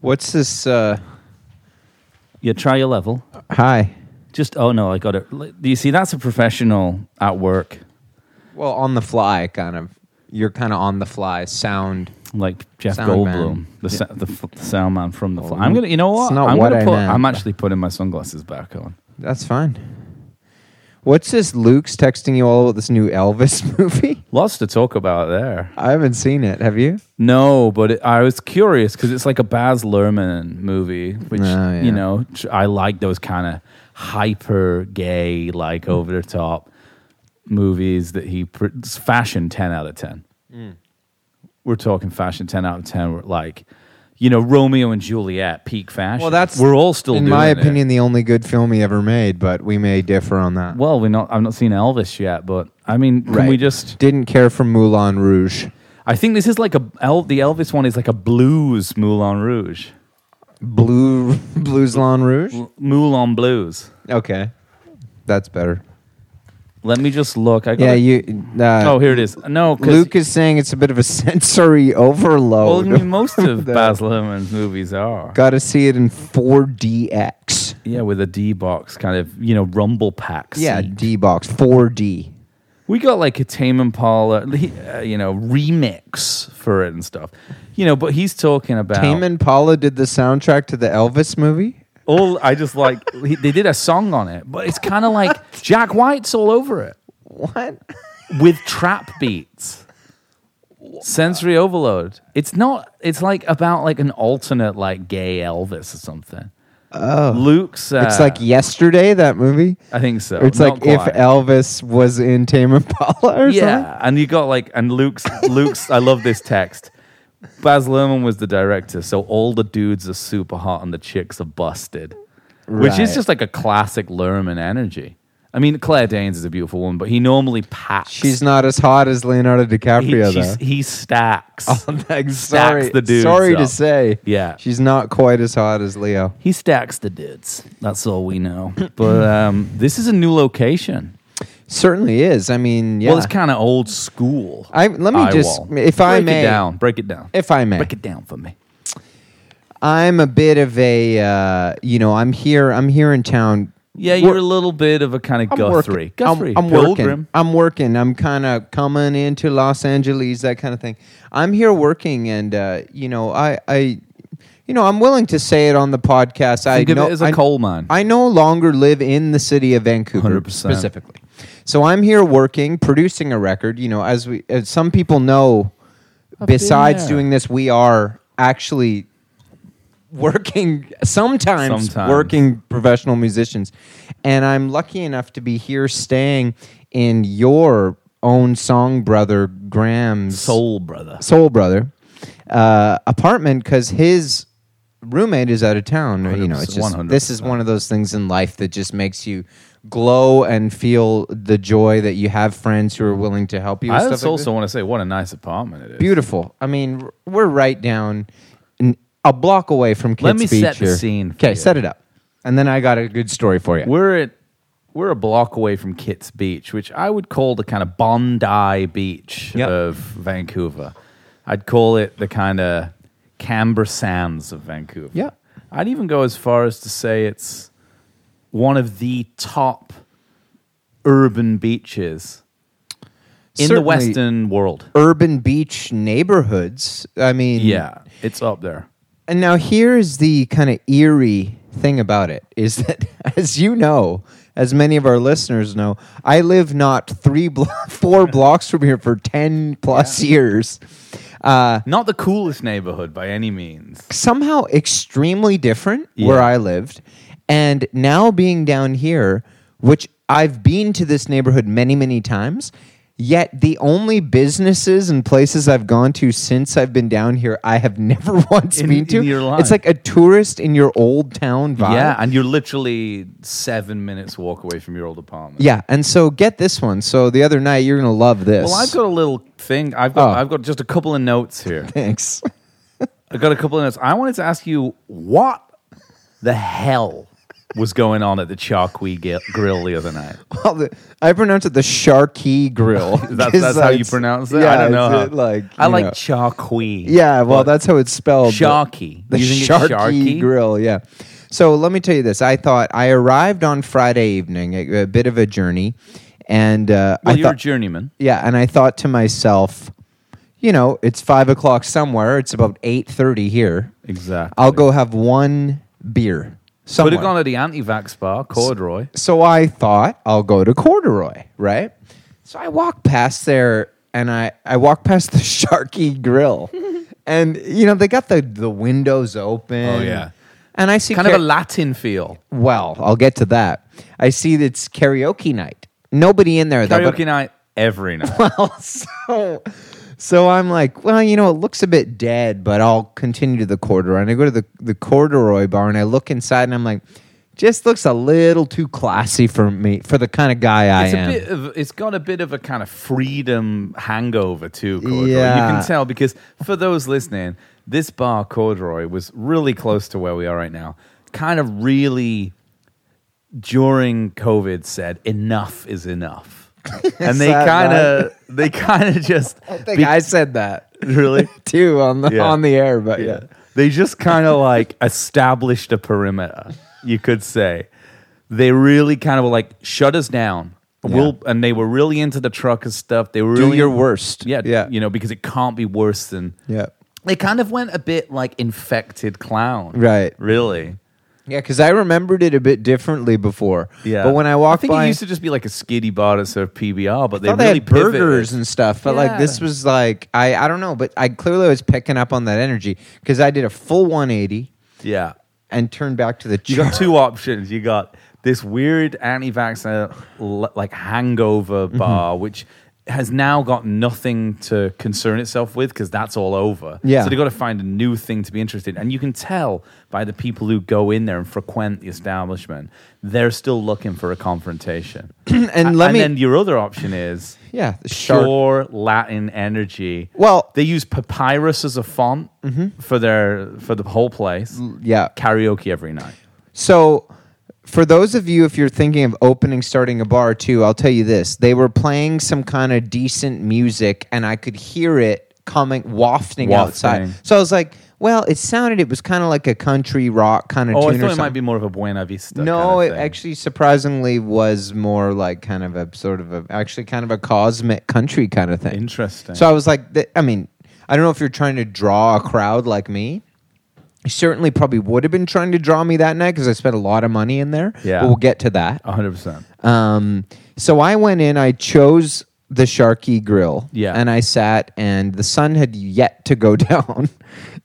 What's this? Uh, You try your level. hi. Just oh no, I got it. Li- You see, that's a professional at work, Well, on the fly, kind of. You're kind of on the fly. Sound. like Jeff Sound Goldblum, man. Oh, the sa- the, f- the sound man from the. Fly. I'm gonna, you know what? it's not I'm what gonna I put. meant. I'm actually putting my sunglasses back on. That's fine. What's this? Luke's texting you all about this new Elvis movie. Lots to talk about there. I haven't seen it. Have you? No, but it, I was curious because it's like a Baz Luhrmann movie, which Oh, yeah. you know tr- I like those kind of hyper gay, like over the top movies that he pr- it's fashion ten out of ten. We're talking fashion ten out of ten. We're like, you know, Romeo and Juliet peak fashion. Well, that's we're all still in doing my it. opinion, the only good film he ever made. But we may differ on that. Well, we're not. I've not seen Elvis yet, but I mean, can we Right. just? Didn't care for Moulin Rouge. I think this is like a El, the Elvis one is like a blues Moulin Rouge, Blue Blues Lon Rouge. Moulin Blues. Okay, that's better. Let me just look. I got Yeah, you. Uh, Oh, here it is. No, 'cause- Luke is saying it's a bit of a sensory Well, I overload. mean, most of The- Baz Luhrmann's movies are. Got to see it in 4DX. Yeah, with a D box kind of you know rumble pack. Yeah, seat. D box 4D. we got like a Tame Impala, uh, you know, remix for it and stuff. You know, but he's talking about Tame Impala did the soundtrack to the Elvis movie. all. I just like he, they did a song on it, but it's kind of like Jack White's all over it What? with trap beats. Sensory overload. It's not. It's like about like an alternate like gay Elvis or something. Oh, Luke's. Uh, oh, It's like yesterday that movie. I think so. It's Not like if quite. Elvis was in Tame Impala or something. yeah, and you got like and Luke's Luke's. I love this text. Baz Luhrmann was the director, so all the dudes are super hot and the chicks are busted, which Right. is just like a classic Luhrmann energy. I mean, Claire Danes is a beautiful woman, but he normally packs. She's not as hot as Leonardo he, DiCaprio though. she's- Oh, he stacks. Like, sorry, the dudes sorry to up. say, Yeah. she's not quite as hot as Leo. He stacks the dudes. That's all we know. But um, this is a new location. Certainly is. I mean, yeah. Well, it's kind of old school. I- let me just- if I break may- it down, break it down, if I may, break it down for me. I'm a bit of a, uh, you know, I'm here. I'm here in town. Yeah, Wor- you're a little bit of a kind of I'm Guthrie. working. I'm- Guthrie. I'm, working. Pilgrim. I'm working. I'm kind of coming into Los Angeles, that kind of thing. I'm here working, and uh, you know, I, I, you know, I'm willing to say it on the podcast. I Think of know it as a I- coal mine. I no longer live in the city of Vancouver 100%. specifically. So I'm here working, producing a record. You know, as we, as some people know, been besides there. doing this, we are actually working sometimes, Sometimes. working professional musicians and i'm lucky enough to be here staying in your own song brother graham's Soul brother. soul brother uh, apartment because his roommate is out of town you know it's just 100%. this is one of those things in life that just makes you glow and feel the joy that you have friends who are willing to help you with I stuff also like this want to say what a nice apartment it is. beautiful. I mean, r- we're right down n- a block away from Kids Let me Beach set the here. scene for Okay, you. set it up, and then I got a good story for you. We're at we're a block away from Kitts Beach, which I would call the kind of Bondi Beach Yep. of Vancouver. I'd call it the kind of Canberra Sands of Vancouver. Yeah. I'd even go as far as to say it's one of the top urban beaches in the Certainly- Western world. Urban beach neighborhoods. I mean, Yeah, it's up there. And now here's the kind of eerie thing about it is that, as you know, as many of our listeners know, I live not three, blo- four blocks from here for ten plus years. Uh, Not the coolest neighborhood by any means. somehow extremely different where Yeah. I lived. And now being down here, which I've been to this neighborhood many, many times, yet the only businesses and places I've gone to since I've been down here, I have never once In- been to. in your It's life. like a tourist in your old town vibe. Yeah, and you're literally seven minutes walk away from your old apartment. Yeah. And so get this one. So the other night, you're going to love this. Well, I've got a little thing. I've got Oh. I've got just a couple of notes here. Thanks. I've got a couple of notes. I wanted to ask you what the hell was going on at the Charqui Gil- Grill the other night. Well, the, I pronounce it the Sharky Grill. That's, 'Cause that's how you it's- pronounce it. I yeah, don't know. it's, How, uh, like I you like know. Charqui. Yeah, well, but that's how it's spelled. but- Sharky. The You think it's Sharky, Sharky? Grill, yeah. So let me tell you this. I thought I arrived on Friday evening, a, a bit of a journey, and uh, Well, I you're a thought, journeyman. yeah, and I thought to myself, you know, it's five o'clock somewhere. It's about eight thirty here. Exactly. I'll go have one beer Could somewhere. have gone to the anti-vax bar, corduroy. so I thought I'll go to Corduroy, right? So I walk past there and I, I walk past the Sharky Grill. and, you know, they got the, the windows open. Oh, yeah. And I see Kind of kara- a Latin feel. well, I'll get to that. I see that it's karaoke night. Nobody in there, though. but- Karaoke night every night. well, so, so I'm like, well, you know, it looks a bit dead, but I'll continue to the corduroy. And I go to the, the corduroy bar and I look inside and I'm like, just looks a little too classy for me, for the kind of guy I It's am. a bit of, it's got a bit of a kind of freedom hangover too, Corduroy. Yeah. You can tell because for those listening, this bar Corduroy was really close to where we are right now. Kind of really during COVID said enough is enough. and they that kind of they kind of just I think I said that really too on the, Yeah. on the air, but yeah. They just kind of like established a perimeter, you could say. They really kind of were like, shut us down. We'll, and they were really into the truck and stuff. They were Do really your worst. Yeah, Yeah. You know, because it can't be worse than. Yeah. They kind of went a bit like infected clown. Right. Really. Yeah, because I remembered it a bit differently before. Yeah. But when I I walked think by, it used to just be like a skiddy bar to serve PBR, but they thought really they had pivoted. burgers and stuff, but like Yeah. this was like I I don't know, but I clearly was picking up on that energy because I did a full 180 Yeah. and turned back to the You char- got two options. You got this weird anti-vaxxer l- like hangover Mm-hmm. bar, which has now got nothing to concern itself with because that's all over. Yeah. So they got to find a new thing to be interested in. And you can tell by the people who go in there and frequent the establishment, they're still looking for a confrontation. and and let me then your other option is yeah the shark pure Latin energy. Well- Mm-hmm. they use papyrus as a font for their for the whole place. yeah. Karaoke every night. So for those of you if you're thinking of opening starting a bar too, I'll tell you this: they were playing some kind of decent music, and I could hear it coming wafting, outside. Wafting. So I was like, well, it sounded it was kind of like a country rock kind of Oh, I tune or thought it something. might be more of a Buena Vista. no, kind it of thing. actually surprisingly was more like kind of a sort of a actually kind of a cosmic country kind of thing. interesting. So I was like, th- I mean, I don't know if you're trying to draw a crowd like me. You certainly probably would have been trying to draw me that night because I spent a lot of money in there. Yeah. But we'll get to that. One hundred percent. Um, so I went in, I chose the Sharky Grill. Yeah. And I sat, and the sun had yet to go down.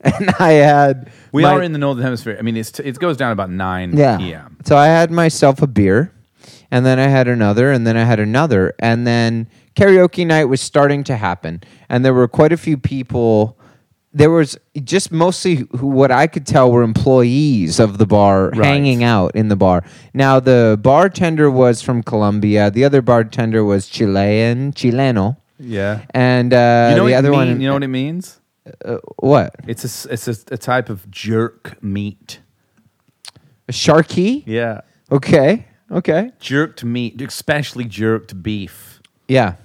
and I had. We my- are in the northern hemisphere. I mean, it's t- it goes down about nine yeah. p.m. So I had myself a beer, and then I had another, and then I had another, and then karaoke night was starting to happen, and there were quite a few people. There was just mostly who, what I could tell were employees of the bar Right. hanging out in the bar. Now the bartender was from Colombia. The other bartender was Chilean, Chileno, Yeah. and uh, you know the what other it mean- one. You know what it means? uh, what? It's a s- it's a, a type of jerk meat. Sharky? Yeah. Okay. Okay. Jerked meat, especially jerked beef. Yeah.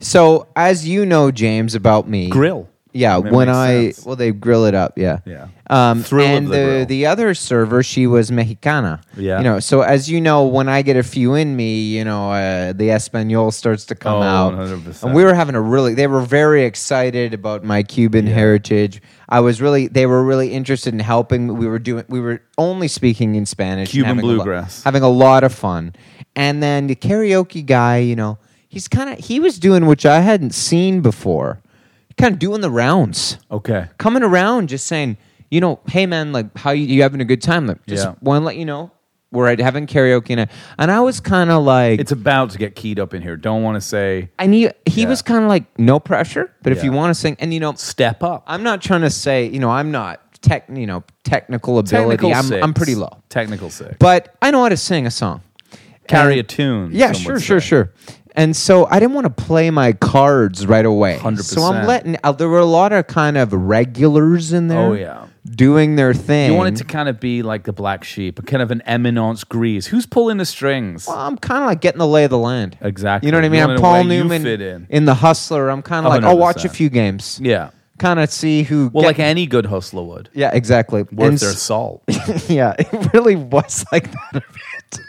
So as you know, James, about me, Grill. Yeah, That when makes I sense. well, they grill it up. Yeah, Yeah. Um, Thrill of and the the grill. the other server, she was Mexicana. Yeah. you know. So as you know, when I get a few in me, you know, uh, the Espanol starts to come Oh, out. 100%. And we were having a really. They were very excited about my Cuban heritage. I was really. They were really interested in helping. We were doing. We were only speaking in Spanish. and Cuban having a lo- bluegrass. having a lot of fun. And then the karaoke guy, you know, he's kind of he was doing which I hadn't seen before, kind of doing the rounds, Okay. coming around, just saying, you know, hey man, like how you, you having a good time? Like just Yeah. want to let you know we're at- having karaoke and I, and I was kind of like. It's about to get keyed up in here. Don't want to say and he, he Yeah. was kind of like no pressure, but if Yeah. you want to sing, and you know, step up. I'm not trying to say, you know, I'm not tech, you know, technical ability. Technical I'm, six. I'm pretty low, Technical six. but I know how to sing a song. Carry And- a tune. Yeah, some sure, would sure, say. sure. And so I didn't want to play my cards right away. 100%. So I'm letting. Uh, there were a lot of kind of regulars in there. Oh, yeah. doing their thing. You want it to kind of be like the black sheep, a kind of an eminence grease. Who's pulling the strings? Well, I'm kind of like getting the lay of the land. Exactly. You know what I mean? You I'm wanna know Paul where you Newman fit in. the Hustler. I'm kind of like, I'll watch a 100%. few games, Yeah. kind of see who. Well, get- like any good hustler would. yeah, exactly. Worth And their s- salt. yeah, it really was like that. a bit.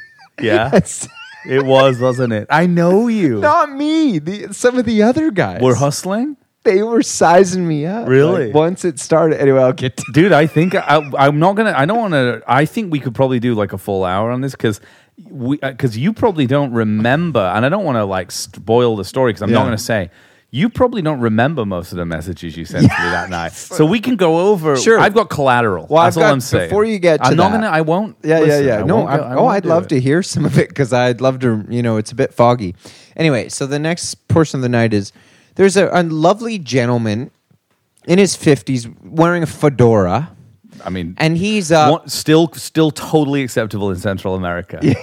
Yeah. It's it was, wasn't it? I know you. not me. The, some of the other guys We're hustling? They were sizing me up. Really? Like, once it started, anyway, I'll get to. Dude, I think I, I'm not gonna. I don't want to. I think we could probably do like a full hour on this because we because you probably don't remember, and I don't want to like spoil the story because I'm Yeah. not gonna say you probably don't remember most of the messages you sent to me that night. So we can go over. Sure. I've got collateral. Well, that's I've all got- I'm saying. before you get to I'm not that- gonna. I won't. Yeah, listen, yeah, yeah. I no, won't I, go- I oh, won't I'd do love it. to hear some of it because I'd love to. You know, it's a bit foggy. Anyway, so the next portion of the night is there's a, a lovely gentleman in his fifties wearing a fedora, I mean, and he's uh, one- still still totally acceptable in Central America.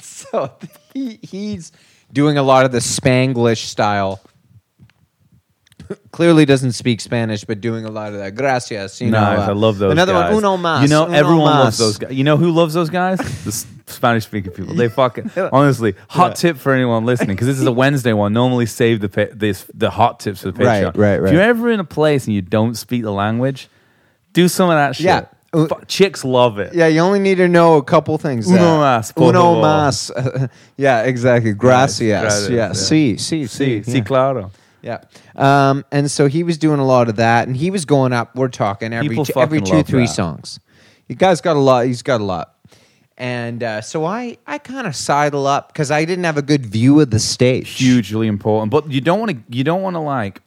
so he, he's doing a lot of the Spanglish style. Clearly doesn't speak Spanish, but doing a lot of that. Gracias, you know. Nice, uh, I love those. Another guys. one, uno más. You know, uno everyone loves más. those guys. You know who loves those guys? the Spanish speaking people. They fucking honestly. Hot tip for anyone listening because this is a Wednesday one. Normally save the pa- this the hot tips for the Right, Patreon. right, If right. you're ever in a place and you don't speak the language, do some of that shit. Yeah. Uh, Fu- chicks love it. Yeah, you only need to know a couple things. Uno uh, más, por Uno favor. más. yeah, exactly. Gracias. gracias, yeah. yeah. See, see, See, see, see, claro. Yeah. Um, and so he was doing a lot of that, and he was going up. We're talking every People two, every fucking two, love three that. songs. You guys got a lot. He's got a lot. And uh, so I, I kind of sidle up because I didn't have a good view of the stage. hugely important. But you don't want to. You don't want to like.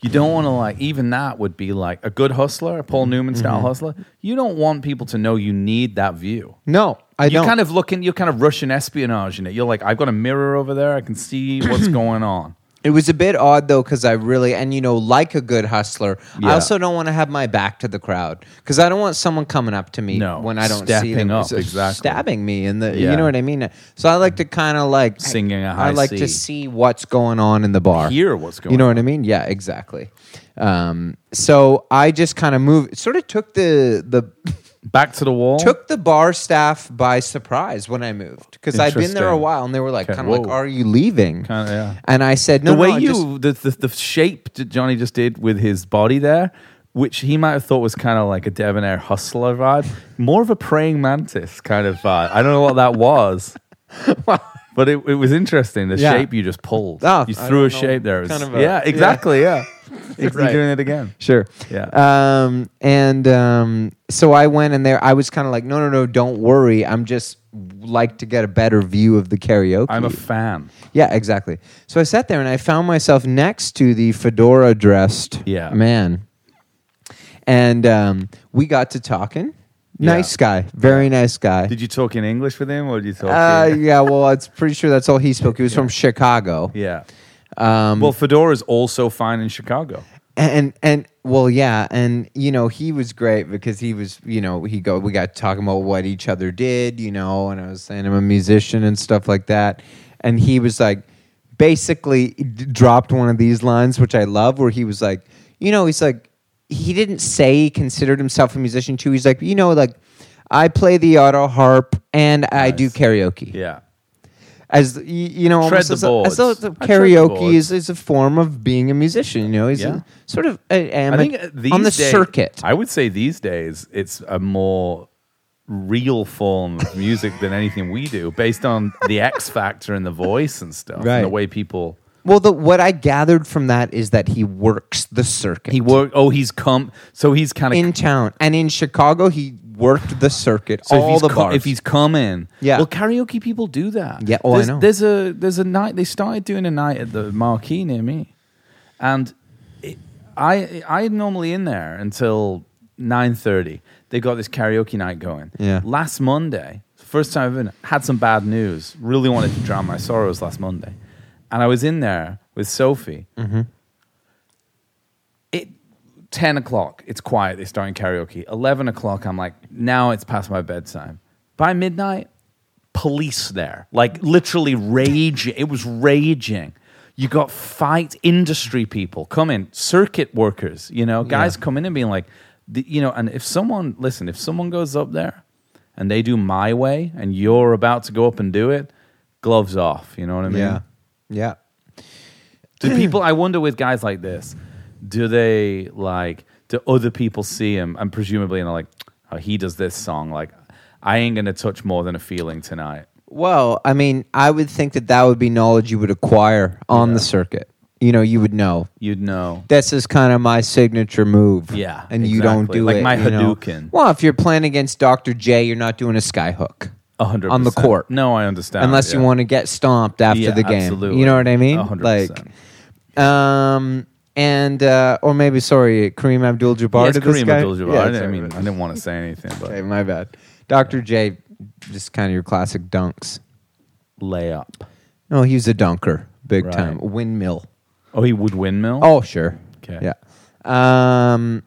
You don't want to like. Even that would be like a good hustler, a Paul Newman style Mm-hmm. hustler. You don't want people to know you need that view. No, I you're don't. kind of looking. You're kind of Russian espionage in it. You're like, I've got a mirror over there. I can see what's going on. It was a bit odd though, because I really and you know, like a good hustler, I Yeah. also don't want to have my back to the crowd because I don't want someone coming up to me No, when I don't see stepping them up, s- exactly. stabbing me in the you Yeah. know what I mean. So I like to kind of like Singing a I high like to C. see what's going on in the bar. Hear what's going. You know on. what I mean? Yeah, exactly. Um, so I just kind of moved, sort of took the the Back to the wall. took the bar staff by surprise when I moved because I'd been there a Interesting. while and they were like, Okay, kind of like, whoa. "Are you leaving?" Kinda, yeah. And I said, "No, the way no, I just- you the, the the shape that Johnny just did with his body there, which he might have thought was kind of like a debonair hustler vibe, more of a praying mantis kind of vibe. I don't know what that was, but it, it was interesting. The Yeah. shape you just pulled, Ah, you I threw a don't know. shape there. It was- Kind of a- yeah, yeah. exactly. Yeah, You're Right. doing it again. Sure. Yeah. Um, and um, so I went in there. I was kind of like, no, no, no, don't worry. I'm just like to get a better view of the karaoke. I'm a fan. yeah, exactly. So I sat there and I found myself next to the fedora dressed Yeah. man. And um, we got to talking. Nice guy. Very nice guy. Did you talk in English with him, or did you talk? uh, in- yeah, well, it's pretty sure that's all he spoke. He was from Chicago. yeah. Um, well, fedora's also fine in Chicago. and and well yeah and you know he was great because he was you know he go we got talking about what each other did you know and i was saying i'm a musician and stuff like that and he was like basically d- dropped one of these lines which i love where he was like you know he's like he didn't say he considered himself a musician too he's like you know like i play the auto harp and i do Nice. karaoke Yeah. as y- you know, Tread almost the as, though- as though boards. the I tread the karaoke boards. is, is a form of being a musician. You know, he's a, Yeah. sort of a, am I a- think uh, these on the days- circuit. I would say these days it's a more real form of music than anything we do, based on the X factor and the voice and stuff, Right. and the way people. well, the, what I gathered from that is that he works the circuit. He work. Oh, he's come. So he's kind of. in town and in Chicago. He worked the circuit. so if all he's the co- bars. if he's coming, Yeah. Well, karaoke people do that. Yeah, oh, I there's, know. There's a there's a night they started doing a night at the Marquee near me, and it, I I'm normally in there until nine thirty. They got this karaoke night going. Yeah. Last Monday, first time I've been, had some bad news. Really wanted to drown my sorrows last Monday, and I was in there with Sophie. It ten o'clock. It's quiet. They're starting karaoke. Eleven o'clock. I'm like, now it's past my bedtime. By midnight, police there, like literally raging. It was raging. You got fight industry people coming, circuit workers. You know, guys coming and being like, the, you know, and if someone, listen, if someone goes up there and they do my way and you're about to go up and do it, gloves off. You know what I mean? Yeah. Yeah. Do people? I wonder with guys like this, do they like? Do other people see him and presumably and are like, oh, he does this song. Like, I ain't gonna touch more than a feeling tonight. Well, I mean, I would think that that would be knowledge you would acquire on the circuit. You know, you would know. You'd know. That's just kind of my signature move. Yeah, And you don't exactly. do Like it. my you know? Hadouken. Well, if you're playing against Dr. J, you're not doing a skyhook. A hundred On the percent. court. No, I understand. unless you Oh, yeah. want to get stomped after Yeah, the game. absolutely. You know what I mean? A hundred percent. Like, um, and uh, or maybe sorry, Kareem Abdul-Jabbar. Yeah, it's to this Kareem guy? Abdul-Jabbar. Yeah, I, didn't, I sorry. mean, I didn't want to say anything, but Okay, my bad. Dr. J, just kind of your classic dunks. lay up. No, he was a dunker, big Right. time windmill. Oh, he would windmill. Oh, sure. 'Kay. Yeah. Um.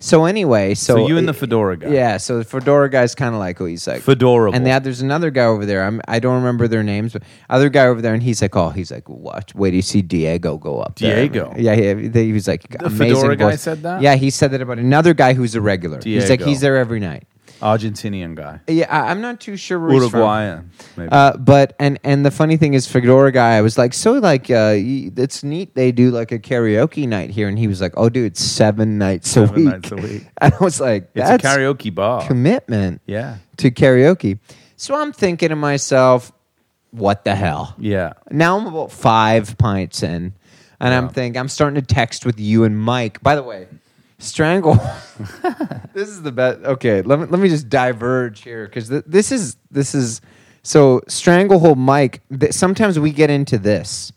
So anyway, so, So you and the fedora guy. Yeah. So the fedora guy's kind of like, oh, he's like Fedorable. And that there's another guy over there. I'm, I don't remember their names, but other guy over there, and he's like, oh, he's like, watch, wait, do you see Diego go up? there." Diego? Yeah. He, he was like, the amazing fedora guy voice. said that? Yeah, he said that about another guy who's a regular. He's like, Diego. he's there every night. Argentinian guy. Yeah, I, I'm not too sure where he's from. Uruguayan. Maybe. Uh, but and and the funny thing is, Fedora guy, I was like, so like, uh, y- it's neat they do like a karaoke night here, and he was like, oh, dude, it's seven nights a Seven week. nights a week. And I was like, it's a that's karaoke bar. commitment yeah. to karaoke. So I'm thinking to myself, what the hell? Yeah. Now I'm about five pints in, and I'm Wow. thinking I'm starting to text with you and Mike. By the way, strangle. this is the best. Okay, let me let me just diverge here because th- this is this is so stranglehold Mike. Th- sometimes we get into this.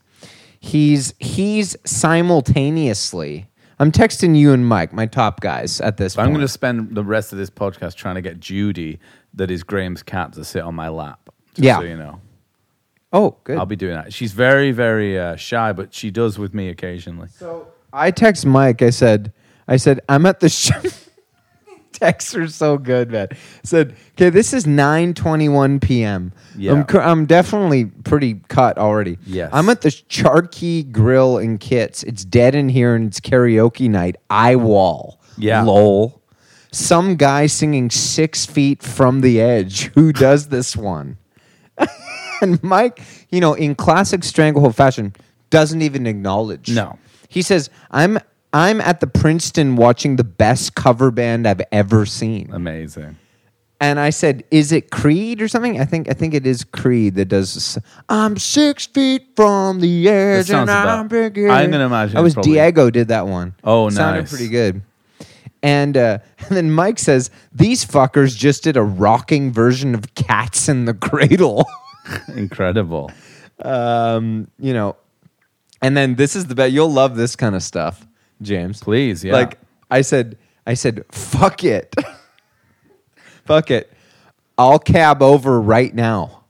He's he's simultaneously. I'm texting you and Mike, my top guys at this So point. I'm going to spend the rest of this podcast trying to get Judy, that is Graham's cat, to sit on my lap. Just Yeah. So you know, oh, good. I'll be doing that. She's very, very uh, shy, but she does with me occasionally. So I text Mike. I said, I said, I'm at the show. Texts are so good, man. I said, okay, this is 9:21 p.m. Yeah. I'm, cur- I'm definitely pretty cut already. Yes. I'm at the Charkey Grill in Kits. It's dead in here, and it's karaoke night. I wall. Yeah. Lol. Some guy singing six feet from the edge. Who does this one? and Mike, you know, in classic stranglehold fashion, doesn't even acknowledge. No. He says, "I'm I'm at the Princeton watching the best cover band I've ever seen." Amazing. And I said, "Is it Creed or something?" I think I think it is Creed that does. This. I'm six feet from the edge, and sounds about- I'm bigger. I'm gonna imagine I was probably- Diego did that one. Oh, sounded nice. pretty good. And uh, and then Mike says, "These fuckers just did a rocking version of Cats in the Cradle." Incredible. um, you know, and then this is the bet. You'll love this kind of stuff, James. Please, yeah. Like I said, I said, fuck it, fuck it. I'll cab over right now.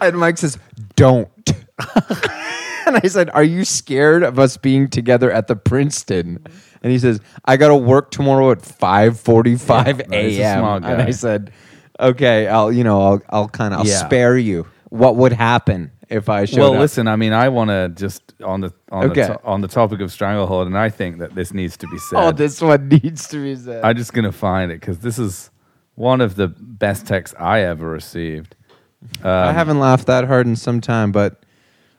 and Mike says, don't. and I said, are you scared of us being together at the Princeton? And he says, I got to work tomorrow at five forty-five Yeah, no, he's a a.m. smart And I guy. said, okay, I'll you know I'll I'll kind of I'll Yeah. spare you. What would happen if I showed well, up? listen. I mean, I want to just on the on, Okay. the to- on the topic of stranglehold, and I think that this needs to be said. Oh, this one needs to be said. I'm just gonna find it because this is one of the best texts I ever received. um, I haven't laughed that hard in some time, but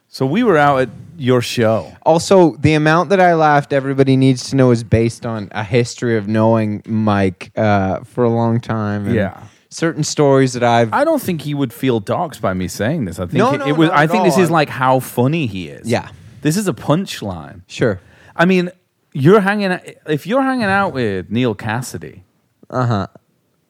So we were out at your show. also the amount that I laughed, everybody needs to know, is based on a history of knowing Mike uh, for a long time. and Yeah. certain stories that I've. I don't think he would feel doxxed by me saying this. I think No, it, no, it was. not I at think this all. is like how funny he is. Yeah. this is a punchline. sure. I mean, you're hanging. out If you're hanging out with Neil Cassidy, Uh huh.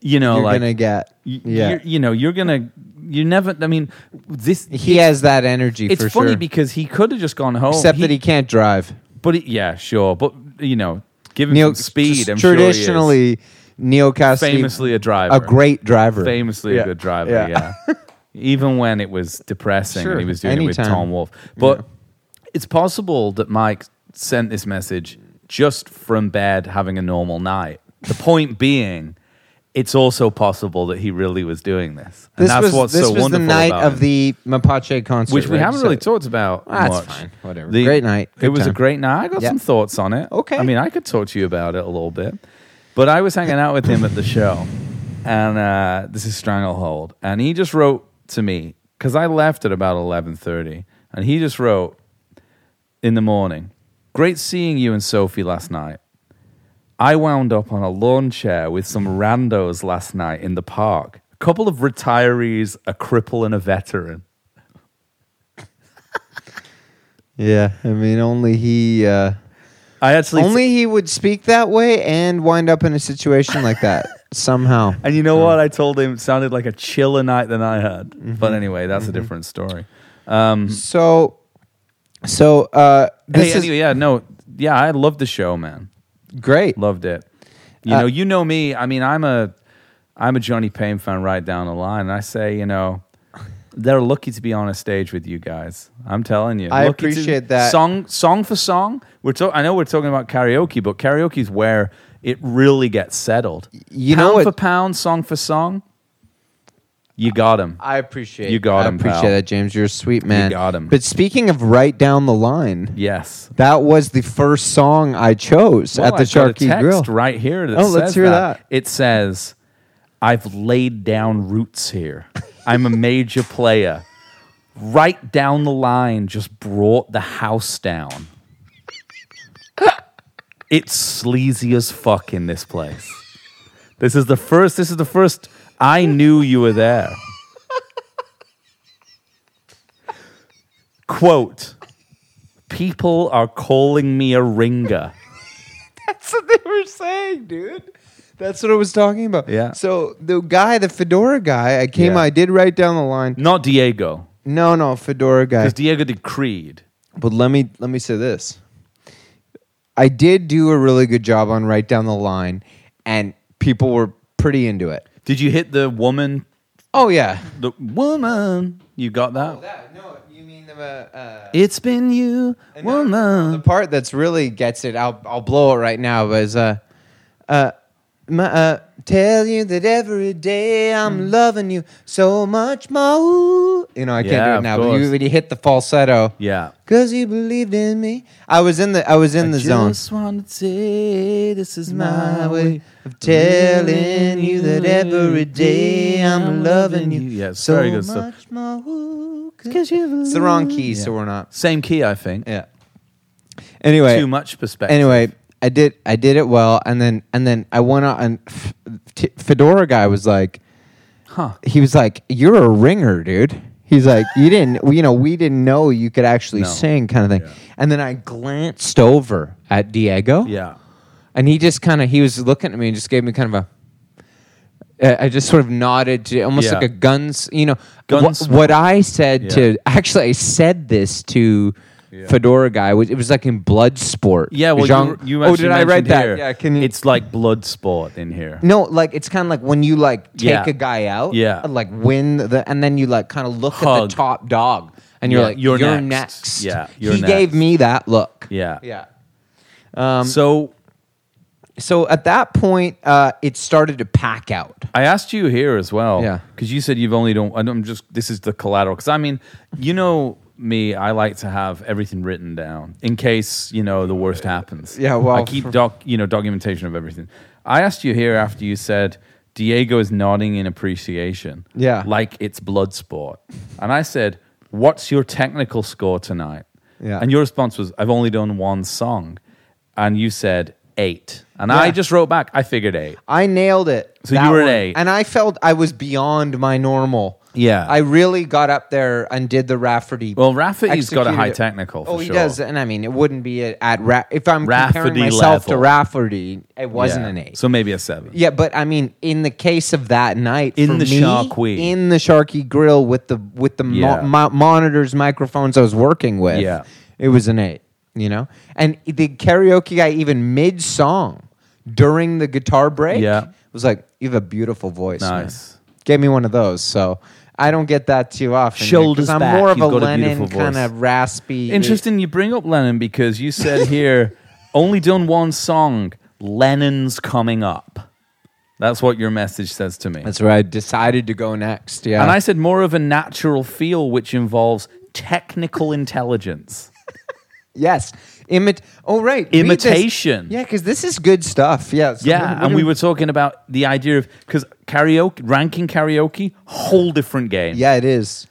you know, You're like gonna get. y- yeah. you're- you know, you're gonna. You never. I mean, this. He has that energy. It's for funny sure. because he could have just gone home. except that he can't drive. But he, yeah, sure. But you know, give him Neil some speed. I'm sure he is. traditionally, Neil Cassidy, famously a driver, a great driver, famously Yeah. a good driver. Yeah. Even when it was depressing Sure. and he was doing it with Anytime. Tom Wolfe. But it's possible that Mike sent this message just from bed having a normal night. The point being, it's also possible that he really was doing this. And This that's was, what's this so was wonderful the night about of him the Mapache concert, which we right? haven't really So- talked about Ah, that's much. fine. Whatever. Great night. it Good was time. a great night. I got Yeah. some thoughts on it. Okay. I mean, I could talk to you about it a little bit, But I was hanging out with him at the show, and uh, this is Stranglehold, and he just wrote to me because I left at about eleven thirty, and he just wrote in the morning, "Great seeing you and Sophie last night. I wound up on a lawn chair with some randos last night in the park. A couple of retirees, a cripple, and a veteran." Yeah, I mean, only he. Uh, I actually only he would speak that way and wind up in a situation like that somehow. And you know what? I told him it sounded like a chiller night than I had. Mm-hmm. But anyway, that's a different story. So, so uh, this hey, anyway, yeah, no, yeah, I loved the show, man. is great. Loved it. You Uh, know, you know me. I mean, I'm a, I'm a Johnny Payne fan right down the line. And I say, you know, they're lucky to be on a stage with you guys. I'm telling you, I Lucky to- appreciate that. Song, song for song. We're talk- I know we're talking about karaoke, but karaoke's where it really gets settled. You pound know what- for pound, song for song. You got him. I appreciate You got I him, appreciate pal. that, James. You're a sweet man. got him. But speaking of right down the line, Yes. that was the first song I chose Well, at the I've got a Sharky text Grill. right here. That Oh, let's says hear that. It says, "I've laid down roots here. I'm a major player. Right down the line, just brought the house down. it's sleazy as fuck in this place. This is the first. This is the first. I knew you were there." Quote, people are calling me a ringer. That's what they were saying, dude. That's what I was talking about. Yeah. So the guy, the fedora guy, I came. Yeah. I did write down the line. Not Diego, No, no, fedora guy. because Diego did Creed. But let me let me say this. I did do a really good job on right down the line, and people were pretty into it. Did you hit the woman? Oh yeah. The woman, you got that? That, no, you mean the uh, It's been you, the woman. part that's really gets it. I'll I'll blow it right now. But is uh, uh, my, uh, tell you that every day I'm loving you so much more. You know I can't Yeah, do it of now. But course. you, when you hit the falsetto, Yeah. Cause you believed in me. I was in the I was in the zone. Just want to say this is my way of telling you that every day I'm loving you. Yeah, it's so very good stuff. much more. Cause you It's the wrong key, so we're not. Same key, I think. Yeah. Anyway, Too much perspective. anyway, I did I did it well, and then and then I went out and f- t- Fedora guy was like, Huh. he was like, "You're a ringer, dude." He's like, "You didn't, you know, we didn't know you could actually No. sing," kind of thing. Yeah. And then I glanced over at Diego. Yeah. And he just kind of he was looking at me and just gave me kind of a. I I just sort of nodded to almost Yeah. like a guns, you know, Gun what, smoke. what I said Yeah. to actually I said this to Fedora guy was it was like in Bloodsport. Yeah, well, Jean- you, you oh, actually did I write mentioned that? here, Yeah, can you? It's like blood sport in here. no, like it's kind of like when you like take Yeah. a guy out, Yeah. and, like win the, and then you like kind of look at Hug. the top dog, and you're Yeah, like, you're you're, next. next. Yeah, you're he gave next. me that look. Yeah. yeah. Um, so So at that point, uh, it started to pack out. I asked you here as well. Yeah. Because you said you've only done. I don't- I'm just. This is the collateral. Because I mean, you know me. I like to have everything written down in case you know the worst happens. Yeah, well, I keep doc. You know, documentation of everything. I asked you here after you said Diego is nodding in appreciation. Yeah. Like it's blood sport. And I said, "What's your technical score tonight?" Yeah. And your response was, "I've only done one song," and you said eight. And I Yeah. just wrote back, "I figured eight. I nailed it. So That you were an one. eight. and I felt I was beyond my normal. Yeah. I really got up there and did the Rafferty. Well, Rafferty's got a executed high it. technical. For oh, he sure. does, and I mean, it wouldn't be a- at Ra- if I'm comparing Rafferty myself to level. Rafferty, it wasn't Yeah. an eight. So maybe a seven. yeah, but I mean, in the case of that night, In for the me, Shark Week. in the Sharky Grill with the with the Yeah. mo- mo- monitors, microphones I was working with, Yeah. it was an eight. You know, and the karaoke guy even mid song during the guitar break, Yeah. was like, "You have a beautiful voice." man." Nice. Gave me one of those, so. I don't get that too often. Nick, 'cause Shoulders I'm back, more of you've a got a Lennon beautiful voice. kind of raspy. Interesting you bring up Lennon because you said here only done one song. Lennon's coming up. That's what your message says to me. That's where I decided to go next. Yeah, And I said more of a natural feel, which involves technical intelligence. Yes, Imit. Oh right, read this. Imitation. Yeah, because this is good stuff. Yeah. so yeah, what- what and do- we were talking about the idea of because karaoke, ranking karaoke, whole different game. Yeah, it is.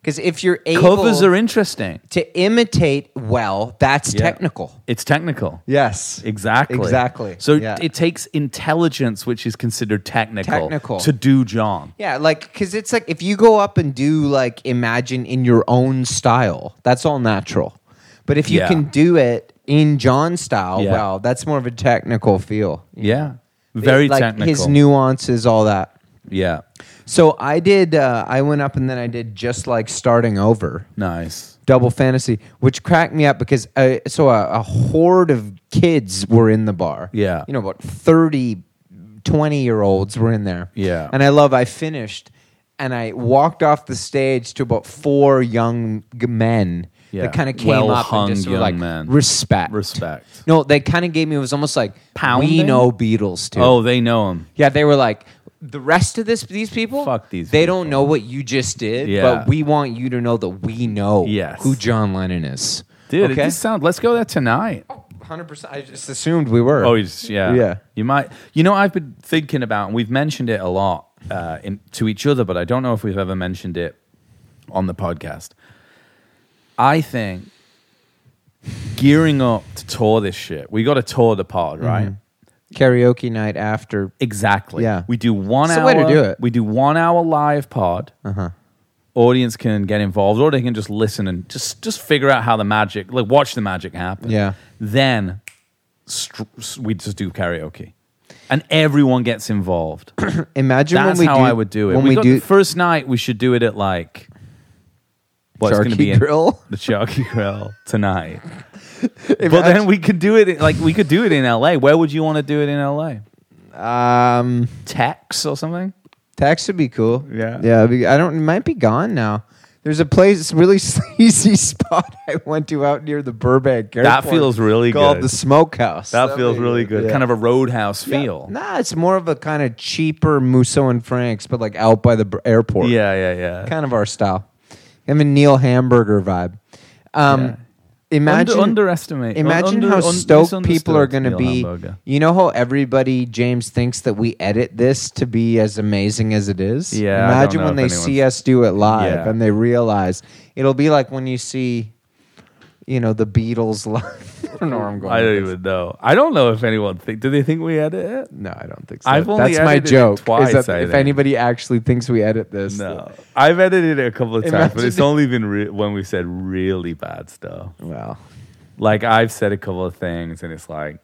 Because if you're able Covers are interesting. to imitate well, that's Yeah. technical. It's technical. Yes. Exactly. Exactly. So Yeah. it takes intelligence, which is considered technical, Technical. to do John. Yeah, like because it's like if you go up and do like imagine in your own style, that's all natural. But if you Yeah. can do it in John style, Yeah. well, that's more of a technical feel. Yeah. Very It- like technical. His nuances, all that. yeah. So I did. Uh, I went up and then I did just like starting over. Nice. Double fantasy, which cracked me up because uh, so a, a horde of kids were in the bar. Yeah. You know, about 30, 20 year olds were in there. Yeah. And I love, I finished and I walked off the stage to about four young g- men Yeah. that kind of came up Well-hung and just were young like, men. respect. Respect. No, they kind of gave me, it was almost like, we Pounding? know Beatles too. Oh, they know him. Yeah, they were like, the rest of this, these people, Fuck these They people." don't know what you just did, Yeah. but we want you to know that we know Yes. who John Lennon is. Dude, okay, it just sounds. Let's go there tonight. hundred percent. I just assumed we were. Oh, he's yeah. Yeah. You might. You know, I've been thinking about, and we've mentioned it a lot uh, in, to each other, but I don't know if we've ever mentioned it on the podcast. I think gearing up to tour this shit, we got to tour the pod, right? Mm-hmm. karaoke night after. Exactly. Yeah. We do one It's the hour. way to do it. We do one hour live pod. Uh-huh. Audience can get involved, or they can just listen and just just figure out how the magic, like watch the magic happen. Yeah. Then str- s- we just do karaoke, and everyone gets involved. Imagine That's when we how do, I would do it. When we we, got do the first night, we should do it at like. Well, it's going to Charkey be in Grill? the Charky Grill tonight. but then we could do it in- like we could do it in L.A. Where would you want to do it in L.A.? um, Tex or something? tax would be cool. Yeah. yeah. it'd be- I don't. It might be gone now. There's a place, really sleazy spot I went to out near the Burbank airport. That feels really called good. the Smokehouse. That That'd feels be- really good. yeah. Kind of a roadhouse feel. Yeah, Nah, it's more of a kind of cheaper Musso and Franks, but like out by the br- airport. yeah, yeah. Kind kind of our style. I'm a Neil Hamburger vibe. Um, Yeah. Imagine underestimate- un- Imagine under- how un- stoked people are going to misunderstood be. Neil Hamburger. You know how everybody James thinks that we edit this to be as amazing as it is. Yeah, I don't Imagine know when if they anyone's- see us do it live Yeah. and they realize it'll be like when you see, you know, the Beatles live. I don't know where I'm of, going. I with don't this. even know. I don't know if anyone think. Do they think we edit it? No, I don't think so. I've only That's my edited it joke. is twice, that I if think. anybody actually thinks we edit this, No, I've edited it a couple of times, but Imagine- it's only been re- when we said really bad stuff. well, Like I've said a couple of things, and it's like,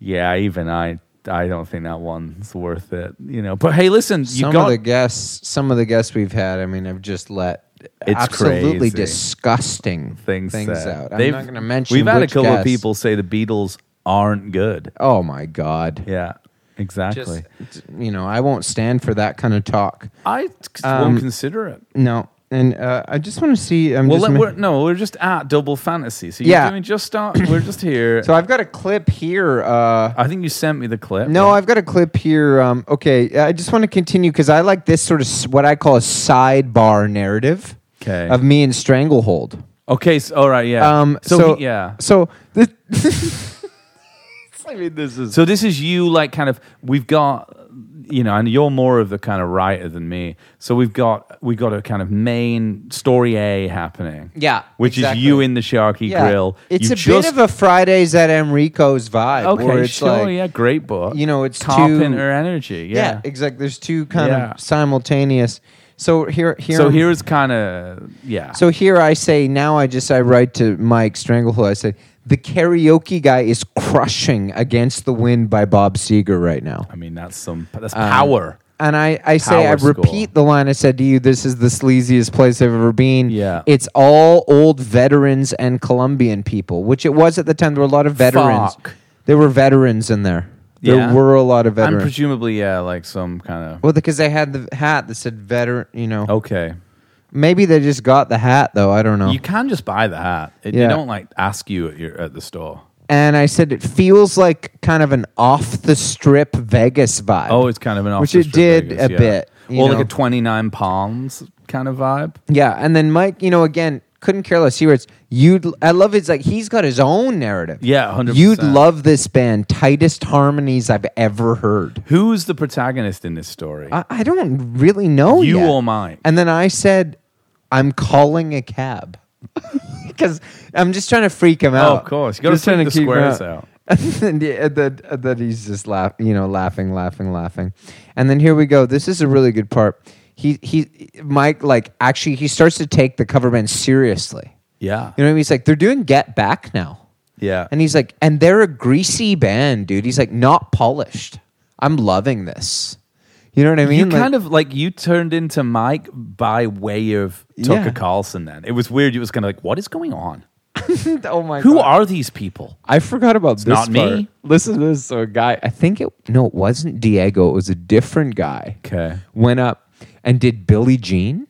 yeah, even I, I don't think that one's worth it. You know. But hey, listen, you some got of the guests, some of the guests we've had, I mean, have just let It's absolutely crazy. disgusting things, things, said. out. I'm They've- not going to mention. We've had a which couple guests. of people say the Beatles aren't good. Oh my god! Yeah, exactly. Just, you know, I won't stand for that kind of talk. I Um, won't consider it. No, and uh, I just want to see. I'm Well, just let, ma- we're, no, we're just at double fantasy. So you're Yeah. doing just start. We're just here. so I've got a clip here. Uh, I think you sent me the clip. No, I've got a clip here. Um, okay, I just want to continue because I like this sort of s- what I call a sidebar narrative 'Kay. of me and Stranglehold. Okay. So, all right. Yeah. Um, so, so, he- yeah. So this, I mean, this is So this is you, like, kind of. We've got, you know, and you're more of the kind of writer than me. So we've got we got a kind of main story A happening. Yeah, Which exactly. is you in the Sharky Grill. It's You a just- bit of a Fridays at Enrico's vibe. where okay. it's Sure. like, yeah. Great book. you know, it's too- Carpenter energy. yeah, Yeah. exactly. There's two kind Yeah. of simultaneous. So here, here, so here's kind of yeah. So here I say now I just I write to Mike Stranglehold I say the karaoke guy is crushing against the wind by Bob Seger right now. I mean, that's some that's um, power. And I, I say I Power score. repeat the line I said to you this is the sleaziest place I've ever been. Yeah. It's all old veterans and Colombian people, which it was at the time there were a lot of veterans. Fuck. There were veterans in there. There Yeah. were a lot of And veterans. presumably, yeah, like some kind well, because they had the hat that said veteran, you know. of okay. Maybe they just got the hat though, I don't know. You can just buy the hat. It, They Oh. Yeah. don't like ask you at your at the store. and I said it feels like kind of an off the strip Vegas vibe. Oh, it's kind of an off Which the it strip did Vegas, a yeah. bit, you or like know. a twenty nine palms kind of vibe. yeah. And then Mike, you know, again, couldn't care less. He writes, You'd I love it's like he's got his own narrative. Yeah, 100%. You'd love this band, tightest harmonies I've ever heard. Who's the protagonist in this story? I, I don't really know You yet. or mine? And then I said, I'm calling a cab because I'm just trying to freak him oh, out. of course. You got to Just trying take the keep him squares out. and then, the- and then, and then he's just laugh, you know, laughing, laughing, laughing. And then here we go. This is a really good part. He he, Mike, like actually, he starts to take the cover band seriously. Yeah. You know what I mean? He's like, they're doing Get Back now, Yeah. and he's like, and they're a greasy band, dude. He's like, not polished. I'm loving this. You know what I mean? you kind of like you turned into Mike by way of Tucker Yeah. Carlson. Then it was weird. You was kind of like, what is going on? of. oh my. Who God. are these people? I forgot about this. not me. part. Listen to this. So a guy, I think it no, it wasn't Diego. It was a different guy. Okay. Went up and did Billie Jean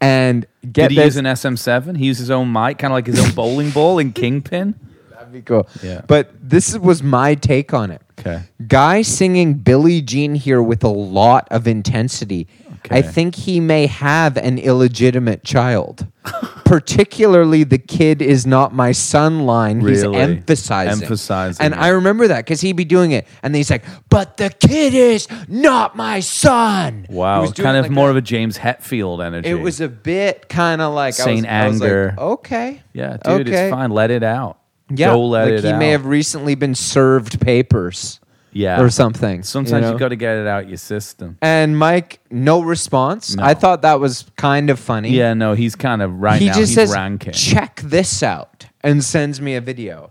and get Did he this. use an SM7? He used his own mic, kind of like his own bowling ball and Kingpin. that'd be cool. Yeah. But this was my take on it. Okay. Guy singing Billie Jean here with a lot of intensity. I Okay. think he may have an illegitimate child. Particularly, the kid is not my son line. He's Really? emphasizing. Emphasizing And it. I remember that because he'd be doing it. And then he's like, but the kid is not my son. He Wow. was doing Kind it of like more that. of a James Hetfield energy. It was a bit kind of like Saint I was, anger. I was like, okay. Yeah, dude, okay. it's fine. Let it out. Yeah. Go let like it he out. may have recently been served papers. yeah. or something. Sometimes you you, know? got to get it out your system. And Mike, no response. I thought that was kind of funny. Yeah, no, he's kind of right he now. just he's says, ranking. "Check this out," and sends me a video.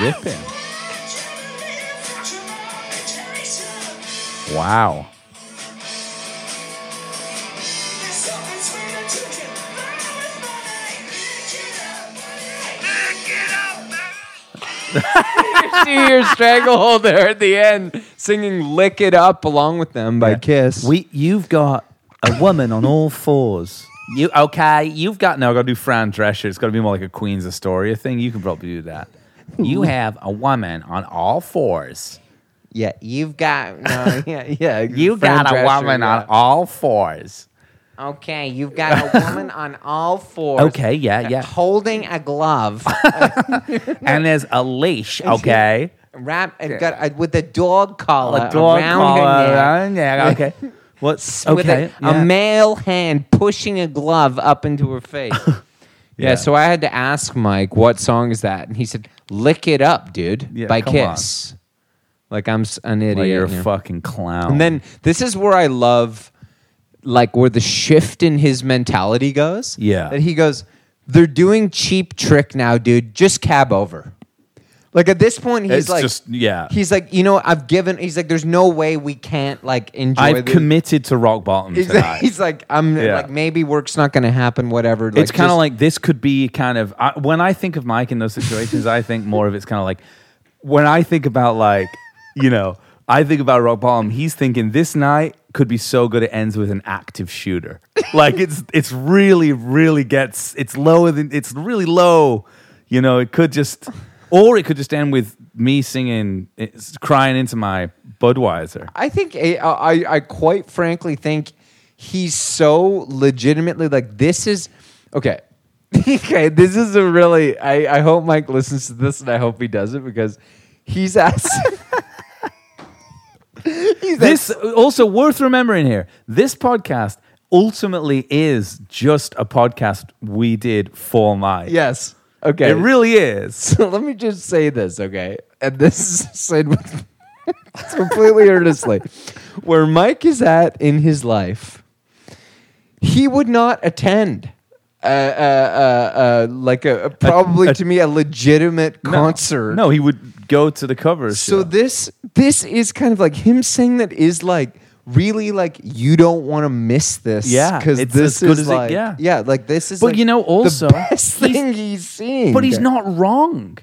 Ripping. Wow. Two year stranglehold there at the end, singing "Lick It Up" along with them by Kiss. We, you've got a woman on all fours. You okay? You've got no. I got to do Fran Drescher. It's got to be more like a Queen's Astoria thing. You can probably do that. You have a woman on all fours. yeah, you've got no, yeah, yeah. You Fran got a Drescher, woman yeah. on all fours. Okay, you've got a woman on all fours. Okay, yeah, yeah. Holding a glove, And there's a leash. Okay, wrapped got a, with a dog collar a dog around collar. her neck. Yeah, okay. What's with okay? a, yeah. a male hand pushing a glove up into her face. yeah. Yeah. so I had to ask Mike, what song is that? And he said, Lick It Up, Dude, Yeah, by come Kiss. Like, I'm s- an idiot. Like Oh, you're a here. fucking clown. and then this is where I love, like, where the shift in his mentality goes. Yeah. That he goes, They're doing cheap trick now, dude. Just cab over. Like at this point, he's It's like, just- yeah. He's like, you know, I've given. He's like, there's no way we can't like enjoy. I've this. committed to rock bottom He's tonight. like, he's like, I'm Yeah. like, maybe work's not going to happen. Whatever. it's kind of just- like this could be kind of I, when I think of Mike in those situations, I think more of it's kind of like when I think about like you know I think about rock bottom. He's thinking this night could be so good it ends with an active shooter. Like it's it's really really gets it's lower than it's really low. You know it could just or it could just end with me singing it's crying into my Budweiser. I think I, I, I quite frankly think he's so legitimately like this is okay. okay, this is a really. I I hope Mike listens to this, and I hope he does it because he's asked. he's This also worth remembering here. This podcast ultimately is just a podcast we did for Mike. yes. Okay. It really is. So let me just say this, okay? And this is said with completely earnestly. Where Mike is at in his life, he would not attend. Uh, uh, uh, uh, like a, a- probably a- to me a legitimate concert. No, he would go to the covers. So So this this is kind of like him saying that is like really like you don't want to miss this. Yeah, because it's this as good is as it- like yeah. yeah, like this is. But like you know, also, the best he's- thing he's seeing. but he's not wrong.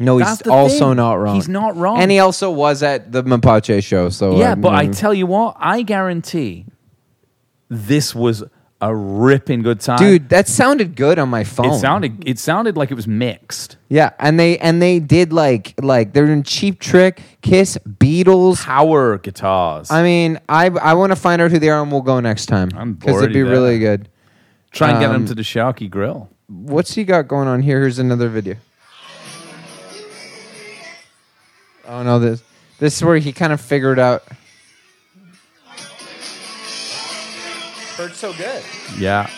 No, he's That's the also thing. not wrong. He's not wrong. And he also was at the Mapache show. So yeah, but I mean, tell you what, I guarantee this was a ripping good time, Dude, that sounded good on my phone. It sounded it sounded like it was mixed. Yeah, and they and they did like like they're in Cheap Trick, Kiss, Beatles. Power guitars. I mean, I I want to find out who they are, and we'll go next time I'm it'd already be there. really good. Try and get um, them to the Sharky Grill. What's he got going on here? Here's another video. Oh no, this this is where he kind of figured out. Heard so good. Yeah.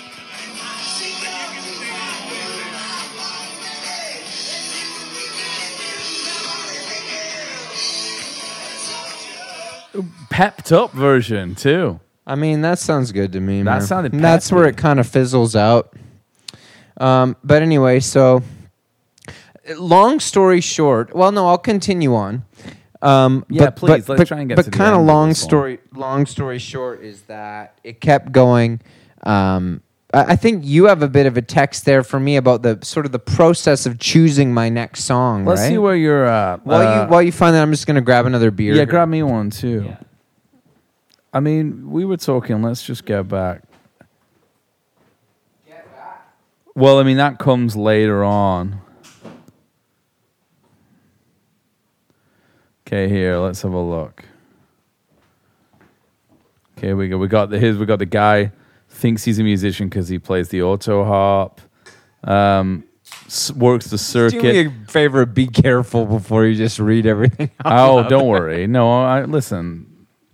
Pepped up version too. I mean, that sounds good to me. That man. sounded And That's where it peppy. kind of fizzles out. Um, but anyway, so long story short. Well, no, I'll continue on. Um, Yeah, but, please, But, let's but- try and get But to the kind end of of long this one. story. Long story short is that it kept going. Um, I I think you have a bit of a text there for me about the sort of the process of choosing my next song. Let's right? see where you're at. While Uh, you while you find that, I'm just gonna grab another beer. yeah, here. grab me one too. I mean, we were talking. Let's just get back. Well, I mean, that comes later on. Okay, here, let's have a look. Okay, we go. We got the his. We got the guy thinks he's a musician because he plays the auto harp. Um, s- works the circuit. Do me a favor, be careful before you just read everything. Oh, don't worry. No, I listen.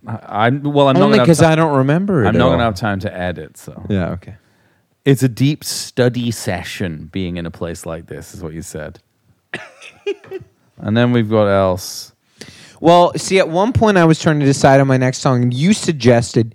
I, I'm well. I'm Only not gonna because have I don't remember it. I'm at not all. gonna have time to edit. So Yeah. Okay. it's a deep study session. Being in a place like this is what you said. and then we've got else. Well, see, at one point I was trying to decide on my next song, and you suggested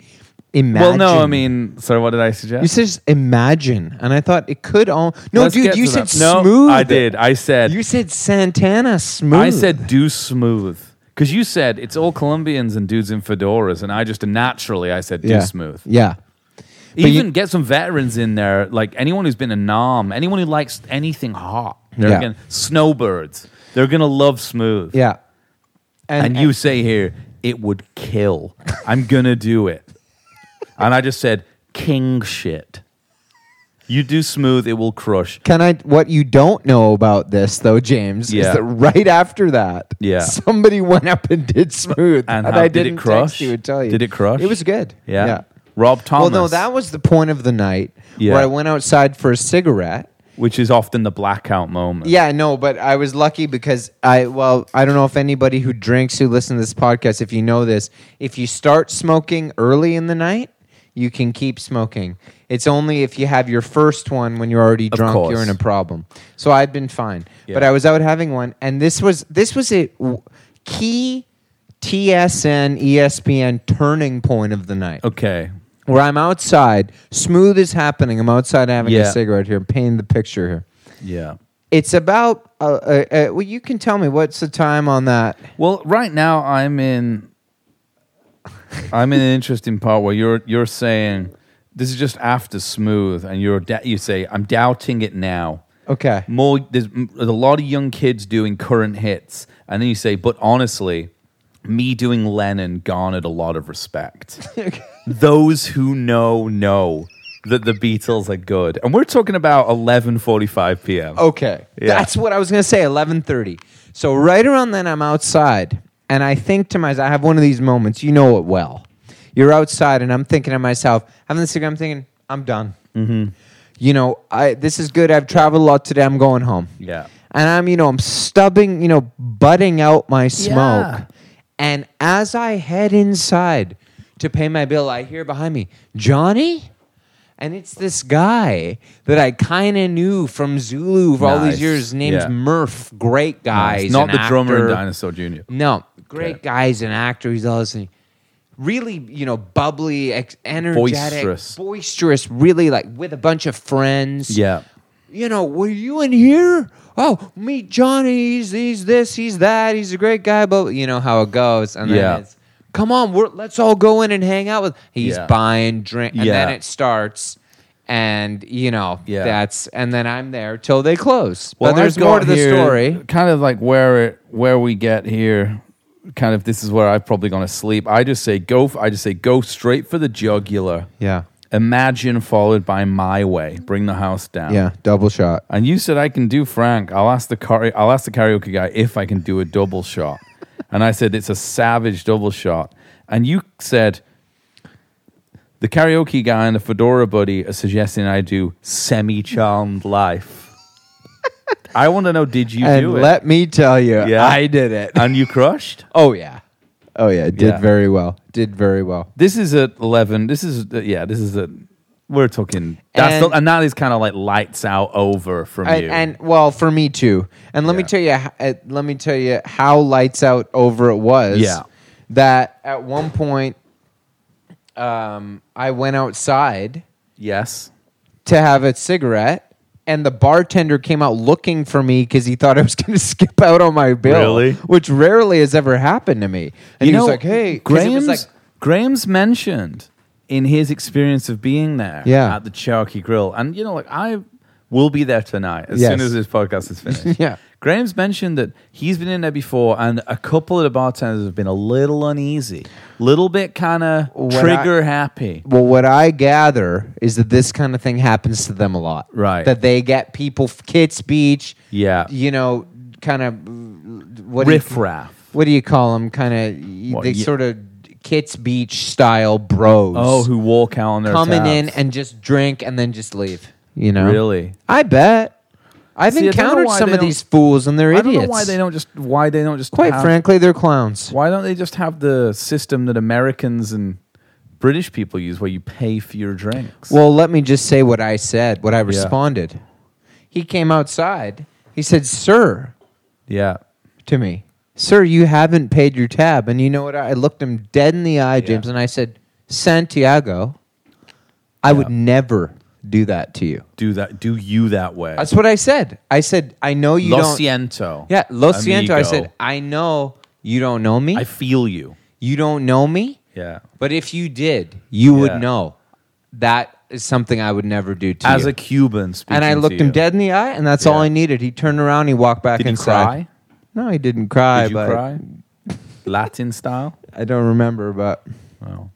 imagine. Well, no, I mean, sorry. What did I suggest? you said imagine, and I thought it could all. No, Let's dude, get you to said that. no, smooth. I did. I said. You said Santana smooth. I said do smooth because you said it's all Colombians and dudes in fedoras, and I just naturally I said do yeah. smooth. Yeah. But you- Even get some veterans in there, like anyone who's been a nom, anyone who likes anything hot. They're Yeah. gonna, snowbirds. They're gonna love smooth. Yeah. And, you say here, it would kill. I'm gonna do it. and I just said, king shit. You do smooth, it will crush. Can I? What you don't know about this, though, James, is Yeah. that right after that, Yeah. somebody went up and did smooth, And how- I did it didn't crush? Text you and tell you. Did it crush? It was good. Yeah. Rob Well, Thomas. no, that was the point of the night Yeah. where I went outside for a cigarette. which is often the blackout moment. Yeah, no, but I was lucky because I well, I don't know if anybody who drinks who listen to this podcast, if you know this, if you start smoking early in the night, you can keep smoking. It's only if you have your first one when you're already drunk course. you're in a problem. So I'd been fine. Yeah. But I was out having one and this was this was a w- key TSN ESPN turning point of the night Okay. where I'm outside, smooth is happening. I'm outside having Yeah. a cigarette here, painting the picture here. Yeah. It's about uh, uh, uh, well, you can tell me what's the time on that. Well, right now I'm in I'm in an interesting part where you're you're saying this is just after smooth and you're da- you say I'm doubting it now. Okay, More there's, m- there's a lot of young kids doing current hits and then you say but honestly me doing Lennon garnered a lot of respect. Those who know know that the Beatles are good. And we're talking about 11:45 p.m. okay, Yeah. that's what I was gonna say. Eleven thirty. So right around then, I'm outside, and I think to myself, I have one of these moments. You know it well. You're outside, and I'm thinking to myself, having this cigarette. I'm thinking, I'm done. Mm-hmm. You know, I this is good. I've traveled a lot today. I'm going home. Yeah. and I'm, you know, I'm stubbing, you know, butting out my smoke. Yeah. And as I head inside to pay my bill, I hear behind me, Johnny? And it's this guy that I kind of knew from Zulu for all Nice. these years, named Yeah. Murph. Great guy. It's He's not an the drummer in actor. Dinosaur Jr. No, great Okay. guy. He's an actor. He's all this thing. Really, you know, bubbly, ex- energetic, Boisterous. boisterous, really like with a bunch of friends Yeah. you know, were you in here? Oh, meet Johnny. He's, he's this, he's that. He's a great guy, but you know how it goes. And then Yeah. it's, come on, we're, let's all go in and hang out with. He's Yeah. buying drink, and then Yeah. it starts, and you know, Yeah. that's and then I'm there till they close. Well, but there's I've more to got the here, story. Kind of like where it, where we get here. Kind of this is where I've probably gone to sleep. I just say go. f- I just say go straight for the jugular. Yeah. Imagine followed by My Way. Bring the house down. Yeah, double shot. And you said I can do Frank. I'll ask the car- I'll ask the karaoke guy if I can do a double shot. And I said it's a savage double shot. And you said the karaoke guy and the fedora buddy are suggesting I do semi-charmed life. I want to know did you and do it? let me tell you, Yeah. I did it. and you crushed? oh yeah, oh yeah, did Yeah. very well. Did very well. This is at 11. This is yeah, this is at we're talking that's And- the, and that is kind of like lights out over from And, you. and well, for me too. And let me Yeah. tell you, h- uh, let me tell you how lights out over it was. Yeah. that at one point, um, I went outside yes. to have a cigarette, and the bartender came out looking for me because he thought I was going to skip out on my bill, Really? which rarely has ever happened to me. And he was like, "Hey, 'cause it was Graham's, like, Graham's mentioned in his experience of being there Yeah. at the Cherokee Grill. And, you know, like, I will be there tonight as Yes. soon as this podcast is finished. Yeah. Graham's mentioned that he's been in there before, and a couple of the bartenders have been a little uneasy, little bit kind of When I- trigger happy. Well, what I gather is that this kind of thing happens to them a lot. Right. That they get people, Kits Beach. Yeah. You know, kind of what do you- Riff raff. what do you call them? Kind of What, they ye- sort of Kits Beach style bros. Oh, who walk out on their coming tabs. in and just drink and then just leave. You know, Really? I bet. I've See, I don't know encountered why some they of don't- these fools and they're I idiots. don't know why they don't just why they don't just Quite have- frankly, they're clowns. Why don't they just have the system that Americans and British people use where you pay for your drinks? Well, let me just say what I said, what I responded. He came outside. He said, Sir, yeah. to me, Sir, you haven't paid your tab. And you know what? I looked him dead in the eye, James, and I said, Santiago, I would never do that to you. Do that do you that way. That's what I said. I said, I know you Lo don't. siento. Yeah, Lo Siento. I amigo. said, I know you don't know me. I feel you. you don't know me. Yeah. But if you did, you Yeah. would know. That is something I would never do to As you. a Cuban speaking. and I to looked him you. dead in the eye, and that's all Yeah. I needed. He turned around, he walked back Did you inside. cry? No, he didn't cry. Did you but cry? Latin style? I don't remember, but Wow.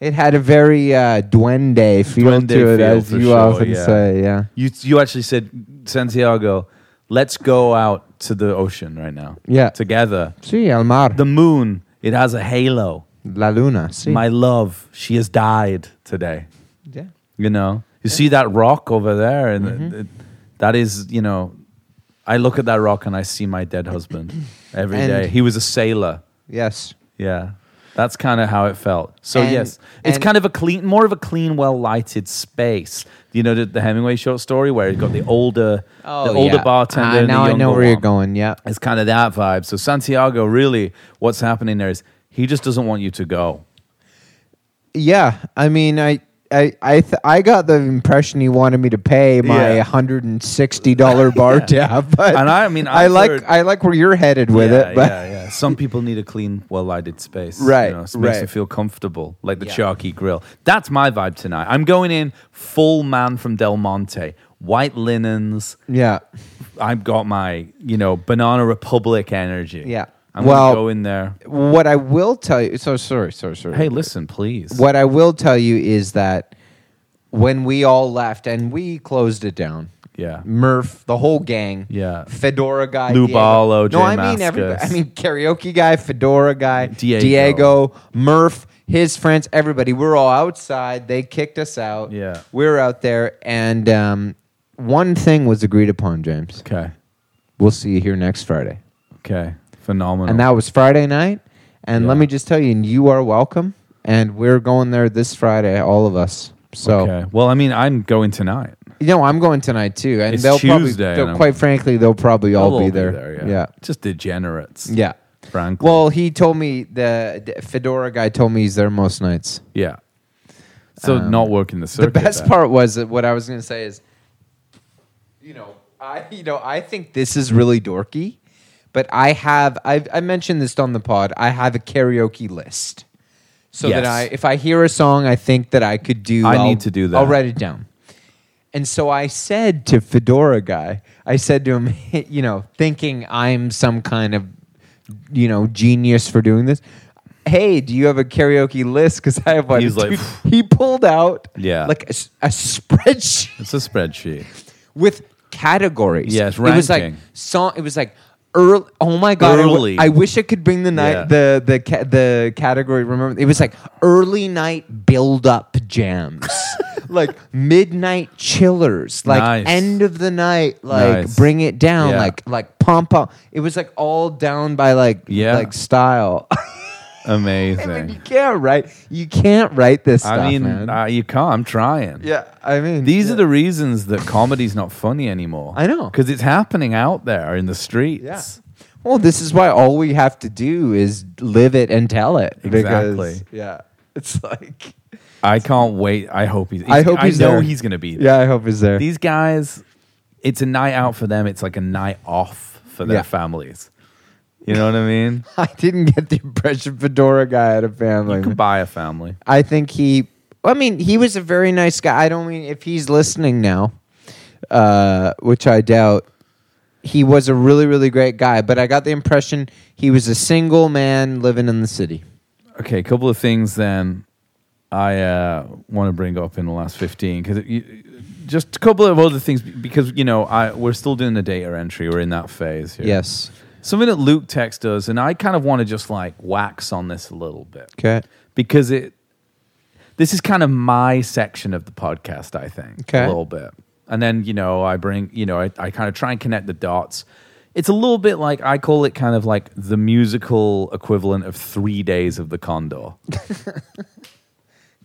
it had a very uh, duende feel Duende to it, feel, as for you sure, often yeah. say. Yeah, You you actually said Santiago, let's go out to the ocean right now. Yeah. Together. sí, el mar, The moon, it has a halo. la luna, sí. My love, she has died today. yeah. You know, you see that rock over there, and Mm-hmm. it- it- that is, you know, I look at that rock and I see my dead husband every day. And- He was a sailor. Yes. Yeah, that's kind of how it felt. So And- yes, it's and- kind of a clean, more of a clean, well lighted space. You know, the, the Hemingway short story where you got the older, the older bartender. Ah, and the now I know younger where you're one. going. Yeah. It's kind of that vibe. So Santiago, really, what's happening there is he just doesn't want you to go. Yeah, I mean, I. I I, th- I got the impression he wanted me to pay my Yeah. hundred and sixty dollar bar tab, but And I mean, I I've like heard- I like where you're headed with yeah, it, but yeah, yeah. Some people need a clean, well-lighted space. Right, you know, it makes right. you feel comfortable, like the Yeah. Sharky Grill. That's my vibe tonight. I'm going in full man from Del Monte, white linens. yeah, I've got my, you know, Banana Republic energy. Yeah. I'm Well- gonna go in there. What I will tell you, so sorry, sorry, sorry. Hey, listen, please. What I will tell you is that when we all left and we closed it down, Yeah. Murph, the whole gang, Yeah. Fedora guy, Lou Diego. Ballo, no, I Jay mean Maskus. everybody. I mean karaoke guy, Fedora guy, Diego. Diego, Murph, his friends, everybody. We're all outside. They kicked us out. Yeah. we were out there, and um, one thing was agreed upon, James. Okay. We'll see you here next Friday. Okay. Phenomenal. And that was Friday night. And let Yeah. me just tell you, and you are welcome. And we're going there this Friday, all of us. So okay. Well, I mean, I'm going tonight. you know, I'm going tonight too. And It's they'll Tuesday and probably they'll, I'm- quite frankly, they'll probably all We'll be, all there. yeah. Just degenerates. Yeah. Yeah. Frankly. Well, he told me the, the Fedora guy told me he's there most nights. yeah. So not um, working the The circuit. best then. part was that what I was going to say is, you know, I you know I think this is really dorky, but I have I've, I mentioned this on the pod. I have a karaoke list, so that Yes. I if I hear a song I think that I could do, I I'll- need to do that. I'll write it down. And so I said to Fedora guy, I said to him, you know, thinking I'm some kind of, you know, genius for doing this. hey, do you have a karaoke list? Because I have one. He's like, Dude, he pulled out Yeah. like a, s- a spreadsheet It's a spreadsheet. with categories. Yes, It was like ranking. song. It was like early. Oh my god! I w- Early. I wish I could bring the night Yeah. the the ca- the category. Remember, it was like early night build up jams. like midnight chillers, like Nice. end of the night, like Nice. bring it down, Yeah. like like pump up. It was like all down by like Yeah. like style. I mean, you Amazing. can't write. You can't write this. Stuff, I mean, man. uh, you can't. I'm trying. yeah. I mean, These are the reasons that comedy's not funny anymore. I know. Because it's happening out there in the streets. Yeah. Well, this is why all we have to do is live it and tell it. because- Exactly. yeah. It's like I can't wait. I hope he's. I hope he's I know there. he's going to be there. yeah. I hope he's there. These guys, it's a night out for them. It's like a night off for their Yeah. families. You know what I mean? I didn't get the impression Fedora guy had a family. You can buy a family. I think he. I mean, he was a very nice guy. I don't mean if he's listening now, uh, which I doubt. He was a really, really great guy, but I got the impression he was a single man living in the city. Okay, a couple of things then I uh, want to bring up in the last 15 because just a couple of other things because, you know, I, we're still doing the data entry. We're in that phase here. Yes. Something that Luke texted us, and I kind of want to just like wax on this a little bit Okay. because it this is kind of my section of the podcast i think Okay. a little bit and then you know i bring you know I, I kind of try and connect the dots it's a little bit like i call it kind of like the musical equivalent of three days of the condor to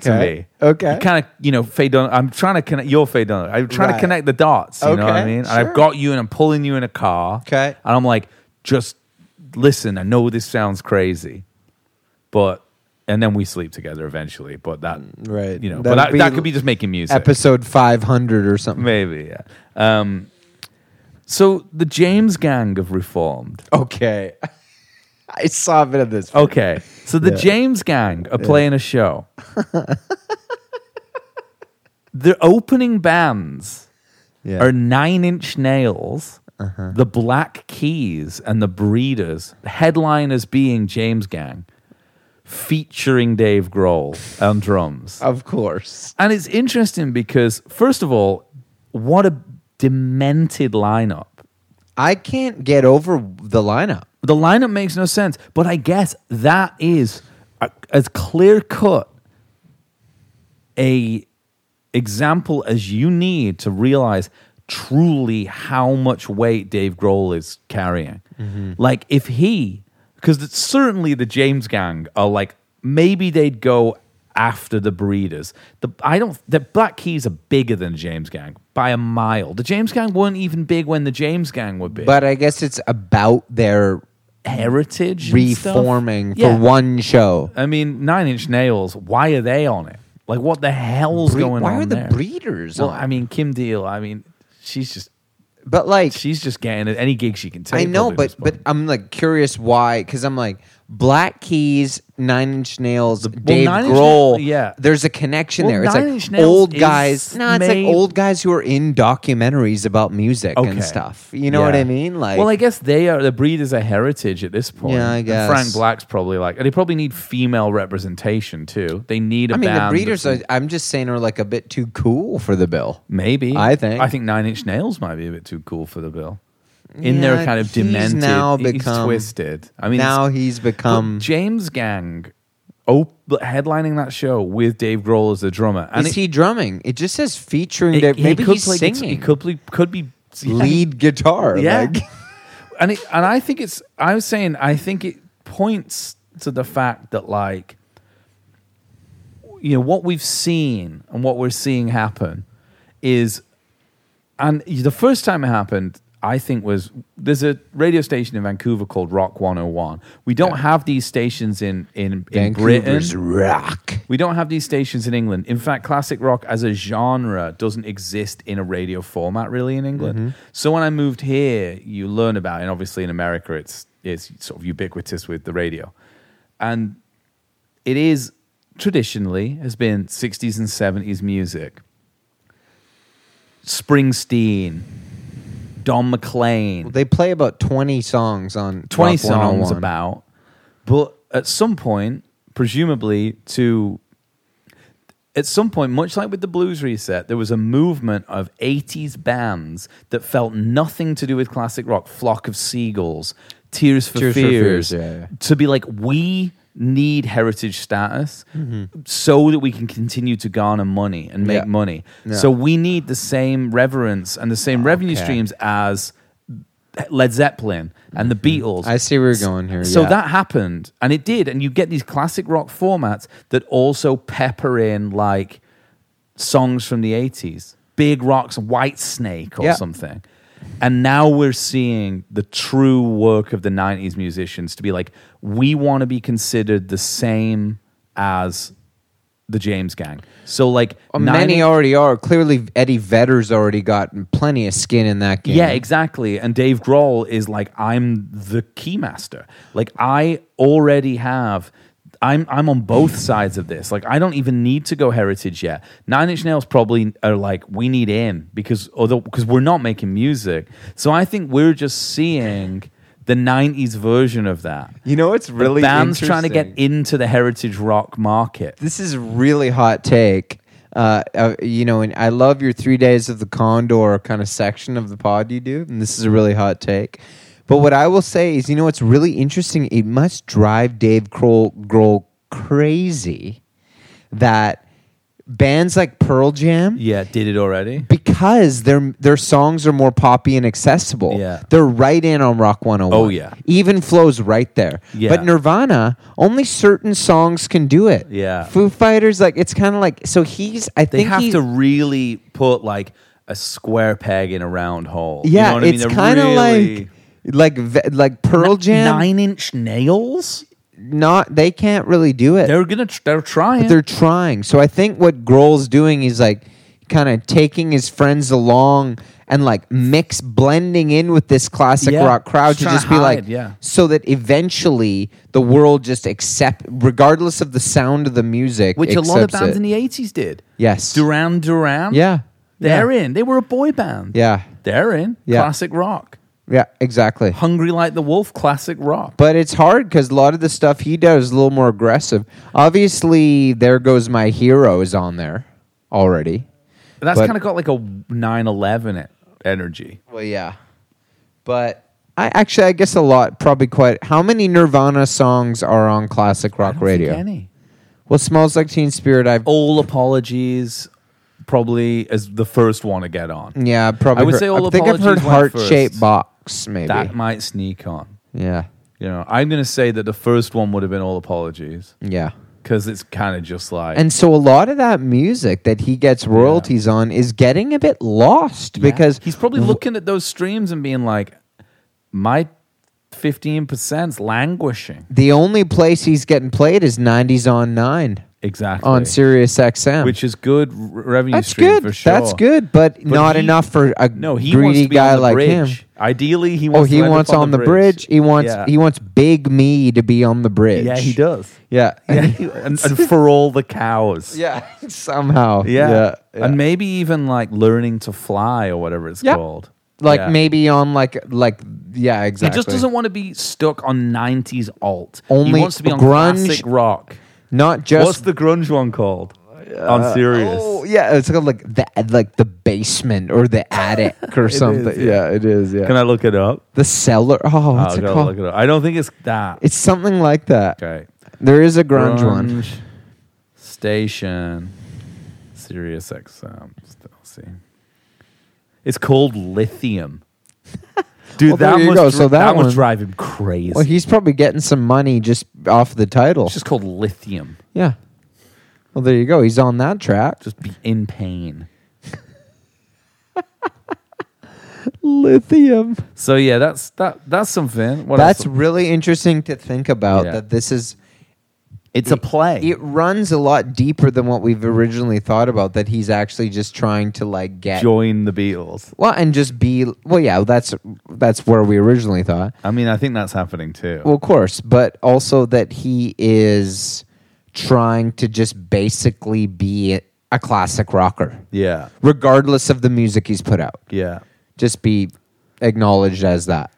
Okay. me Okay. you kind of you know Faye Dunaway. i'm trying to connect you're Faye Dunaway. i'm trying Right. to connect the dots you know what i Okay, mean and i've sure. got you and i'm pulling you in a car Okay. and i'm like just listen i know this sounds crazy but and then we sleep together eventually. But that Mm, Right. you know, but That'd that, be that could be just making music, Episode 500 or something. maybe. Yeah. Um, so the James Gang have reformed. Okay. I saw a bit of this. Okay, so the Yeah. James Gang are playing a show. the opening bands Yeah. Uh-huh. are Nine Inch Nails, the Black Keys, and the Breeders. Headliners being James Gang, featuring Dave Grohl on drums. of course. And it's interesting because, first of all, what a demented lineup. I can't get over the lineup. The lineup makes no sense, but I guess that is a, as clear cut a example as you need to realize truly how much weight Dave Grohl is carrying. Like if he, because certainly the James Gang are like maybe they'd go after the Breeders. The I don't. The Black Keys are bigger than the James Gang by a mile. The James Gang weren't even big when the James Gang were big. But I guess it's about their heritage and stuff? reforming Yeah. Uh, for one show. I mean, Nine Inch Nails. Why are they on it? Like, what the hell's Bre- going why on? are the there? breeders Well, on? I mean, Kim Deal. I mean, she's just But like she's just getting it. any gig she can take. I know, probably, but at this but point. I'm like curious why because I'm like Black Keys, Nine Inch Nails, Dave Nine Inch Grohl. Nail- yeah. there's a connection Well, there. It's Nine like Inch Nails old is guys. No, it's made- like old guys who are in documentaries about music Okay. and stuff. You know what Yeah. I mean? Like, well, I guess they are the breeders a heritage at this point. Yeah, I And guess. Frank Black's probably like, and they probably need female representation too. They need. a I mean, the band breeders. that's- Are, I'm just saying are like a bit too cool for the bill. maybe. I think. I think Nine Inch Nails might be a bit too cool for the bill. In their Yeah, kind of he's demented, now he's become- twisted. I mean, it's- now he's But become. James Gang op- headlining that show with Dave Grohl as the drummer. Is he drumming? It just says featuring. Dave. Maybe he's play guitar- singing. he could be, could be lead guitar. Yeah. like- and it, and I think it's I was saying I think it points to the fact that like you know what we've seen and what we're seeing happen is and the first time it happened I think was there's a radio station in Vancouver called Rock 101. We don't have these stations in in, in Britain. Vancouver's rock. We don't have these stations in England. In fact, classic rock as a genre doesn't exist in a radio format really in England. So when I moved here, you learn about it. And obviously in America, it's it's sort of ubiquitous with the radio, and it is traditionally has been 60s and 70s music. Springsteen, Don McLean, They play about 20 songs on 20 Rock songs 101. about. But at some point, presumably to at some point, much like with the blues reset, there was a movement of 80s bands that felt nothing to do with classic rock, Flock of Seagulls, Tears for Tears for Fears, Fears, yeah, yeah. to be like, we need heritage status so that we can continue to garner money and make Mm-hmm. Yeah. money. Yeah. So we need the same reverence and the same revenue Okay. streams as Led Zeppelin and the Beatles. Mm-hmm. I see where you're going here. So yeah. that happened, and it did, and you get these classic rock formats that also pepper in like songs from the eighties, Big Rock's White Snake or Yeah. something. And now we're seeing the true work of the nineties musicians to be like, we want to be considered the same as the James Gang. So like Well, many 90 already are. Clearly, Eddie Vedder's already got plenty of skin in that game. Yeah, exactly. And Dave Grohl is like, I'm the keymaster. Like I already have. I'm I'm on both sides of this. Like I don't even need to go heritage yet. Nine Inch Nails probably are like we need in because although because we're not making music. So I think we're just seeing the '90s version of that. You know, it's really Bands trying to interesting. get into the heritage rock market. This is a really hot take. Uh, uh, you know, and I love your three days of the Condor kind of section of the pod you do, and this is a really hot take. But what I will say is, you know, what's really interesting. It must drive Dave Grohl, Grohl crazy that bands like Pearl Jam, Yeah, did it already. because their their songs are more poppy and accessible. Yeah. They're right in on Rock 101. Oh, yeah. Even flows right there. Yeah. But Nirvana, only certain songs can do it. Yeah. Foo Fighters like it's kind of like so he's I they think have he- to really put like a square peg in a round hole. You Yeah, know what I mean? it's They're kind of really- like like ve- like Pearl Jam nine inch nails. not they can't really do it. They're gonna. Tr- they're trying. but they're trying. So I think what Grohl's doing is like kind of taking his friends along and like mix blending in with this classic Yeah. rock crowd Just to trying just to be like hide, yeah. so that eventually the world just accept regardless of the sound of the music which a lot of accepts bands it. in the eighties did. Yes. Duran Duran. Yeah. they're in. They were a boy band. Yeah. they're in. Yeah. Classic rock. Yeah, exactly. Hungry like the wolf. Classic rock. But it's hard because a lot of the stuff he does is a little more aggressive. Obviously, there goes my hero is on there already. That's but- kind of got like a nine eleven it energy. Well, yeah, but I actually, I guess a lot, probably quite. How many Nirvana songs are on classic I rock don't think radio? any. Oh. Well, "Smells Like Teen Spirit," I've All apologies. Probably is the first one to get on. yeah, probably. I would heard- say all I think I've heard apologies went "Heart Shaped first. Box," maybe. That might sneak on. yeah, You know, I'm gonna say that the first one would have been all apologies yeah. because it's kind of just like And so a lot of that music that he gets royalties on is getting a bit lost because he's probably looking at those streams and being like, my fifteen percent's languishing. the only place he's getting played is '90s on Nine Exactly. on Sirius XM, which is good r- revenue that's stream good. for sure. That's good, but, not he- enough for a No, he greedy wants to be guy on the like him. bridge. Ideally, he Oh, wants. he to end up wants on the bridge. He wants Yeah. he wants Big Me to be on the bridge. Yeah, he does. Yeah, Yeah, and, and for all the cows. yeah. Somehow, Yeah. yeah. and maybe even like learning to fly or whatever it's Yeah. called. like Yeah. maybe on like like yeah, exactly. He just doesn't want to be stuck on '90s alt. Only he wants to be on grunge- classic rock. not just. What's the grunge one called? on Sirius. Oh yeah, it's called like the like the basement or the attic or something. yeah. it is. Yeah, Can I look it up? the cellar. Oh, what's I'll it go called? look it up. I don't think it's that. It's something like that. okay. There is a grunge, one. Grunge Station. Sirius XM. Still see. It's called Lithium. Dude, Well, there that you must go. dri- So that that must one- drive him crazy. Well, he's probably getting some money just off the title. it's just called Lithium. yeah. Well, there you go. He's on that track. Just be in pain. Lithium. So yeah, that's that. That's something. What That's else? really interesting to think about. Yeah. That this is it's a play. it runs a lot deeper than what we've originally thought about. That he's actually just trying to like get Join the Beatles. well and just be well. Yeah, that's that's where we originally thought. I mean, I think that's happening too. Well, of course, but also that he is trying to just basically be a classic rocker, yeah, regardless of the music he's put out. yeah. Just be acknowledged as that.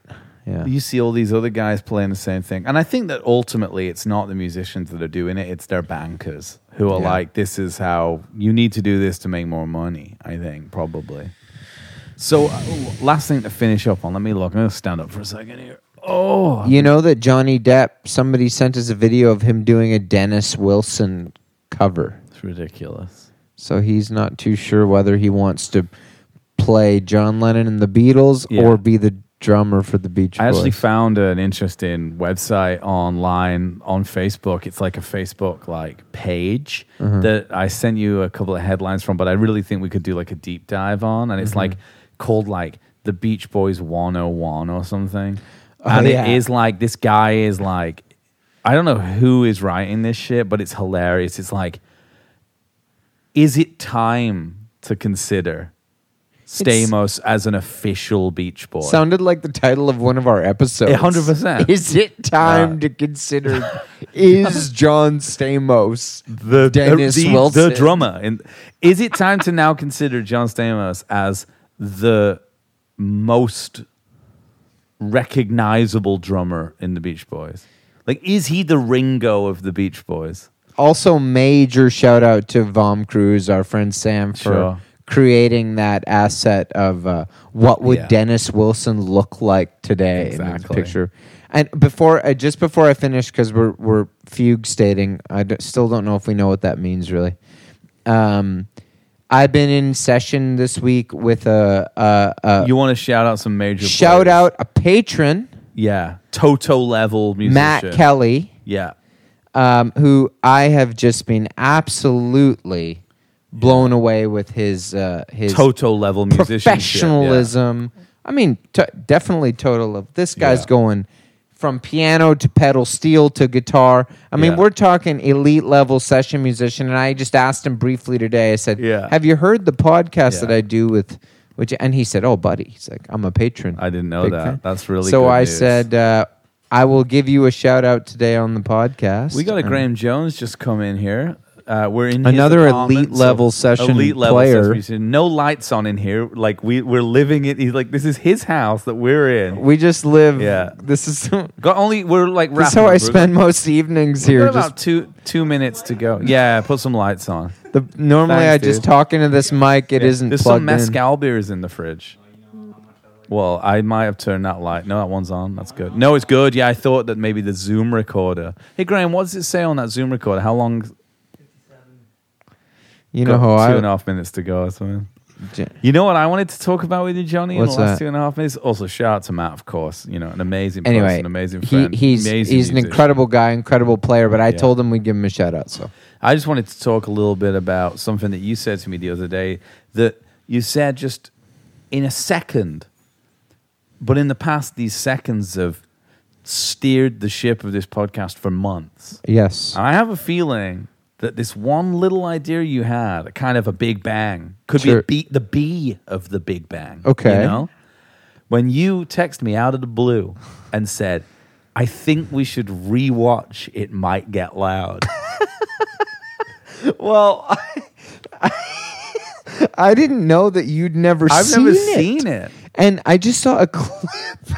yeah. You see all these other guys playing the same thing. And I think that ultimately it's not the musicians that are doing it, it's their bankers who are Yeah. like, this is how you need to do this to make more money, I think, probably. So, uh, last thing to finish up on, let me look. I'm going to stand up for a second here. Oh, You know that Johnny Depp, somebody sent us a video of him doing a Dennis Wilson cover. it's ridiculous. So he's not too sure whether he wants to play John Lennon and the Beatles Yeah. or be the drummer for the Beach Boys. I actually found an interesting website online on Facebook. It's like a Facebook like page that I sent you a couple of headlines from, but I really think we could do like a deep dive on. And it's like called like the Beach Boys 101 or something. Oh, and yeah. it is like this guy is like I don't know who is writing this shit, but it's hilarious. It's like is it time to consider Stamos as an official Beach Boy? Sounded like the title of one of our episodes. A hundred percent. Uh, Is it time to consider? is John Stamos the uh, Dennis the, Wilson? the drummer. And is it time to now consider John Stamos as the most recognizable drummer in the Beach Boys? Like, is he the Ringo of the Beach Boys? Also, major shout out to Vom Cruz, our friend Sam, for Sure. creating that asset of uh, what would Yeah. Dennis Wilson look like today in this Exactly. picture. And before, uh, just before I finish, because we're we're fugue stating, I d- still don't know if we know what that means really. Um, I've been in session this week with a, a, a You want to shout out some major Uh, shout players? out a patron, yeah, Toto level musician, Matt Kelly. yeah, um, who I have just been absolutely blown away with his uh, his Toto level musician, professionalism. I mean, t- definitely total of this guy's Yeah. going from piano to pedal steel to guitar. I mean, Yeah. we're talking elite level session musician. And I just asked him briefly today. I said, Yeah. "Have you heard the podcast that Yeah. I do with?" Which and he said, "Oh, buddy," he's like, "I'm a patron." I didn't know Big that. fan. That's really so. good I news. said. Uh, I will give you a shout out today on the podcast. We got a And- Graham Jones just come in here. Uh, we're in his Another apartment, elite level session elite level player. session musician. No lights on in here. Like we we're living it. He's like this is his house that we're in. We just live. Yeah. This is this Got only we're like is wrapping how up. I We're- spend most evenings we've got here. about Just two two minutes to go. Yeah, put some lights on. the, normally Thanks, I just dude. talk into this mic. It Yeah. not There's plugged some in. mezcal beers in the fridge. Well, I might have turned that light. No, that one's on. That's good. No, it's good. Yeah, I thought that maybe the Zoom recorder. Hey, Graham, what does it say on that Zoom recorder? How long? You know got how two and a I. half minutes to go or something. J- You know what I wanted to talk about with you, Johnny, What's in the that? last two and a half minutes? Also, shout out to Matt, of course. You know, an amazing Anyway, person, amazing he- friend. he's amazing he's an musician. incredible guy, incredible player. But I Yeah. told him we'd give him a shout out. So I just wanted to talk a little bit about something that you said to me the other day that you said just in a second, but in the past, these seconds have steered the ship of this podcast for months. yes, I have a feeling that this one little idea you had, kind of a big bang, could Sure. be a B, the B of the big bang. Okay. You know? When you text me out of the blue and said, I think we should rewatch It Might Get Loud. well, I didn't know that you'd never. I've seen never it. seen it. And I just saw a clip.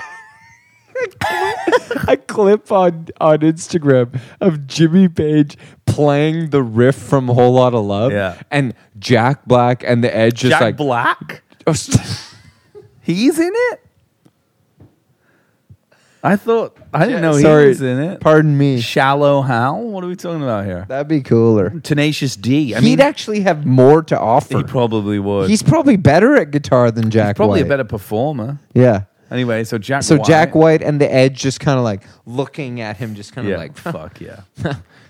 a clip on, on Instagram of Jimmy Page playing the riff from Whole Lot of Love. Yeah. And Jack Black and the Edge just Jack like Black? He's in it? I thought, I didn't know Sorry, he was in it. Pardon me. Shallow How? What are we talking about here? That'd be cooler. Tenacious D. I He'd mean, actually have more to offer. He probably would. He's probably better at guitar than Jack probably a White. better performer. Yeah. Anyway, so Jack. So White, Jack White and the Edge just kind of like looking at him, just kind of Yeah, like, fuck yeah.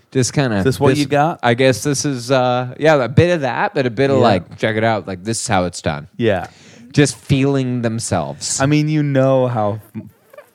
just kind of. this what you got? I guess this is uh yeah, a bit of that, but a bit of Yeah. like check it out, like this is how it's done. Yeah, Just feeling themselves. I mean, you know how.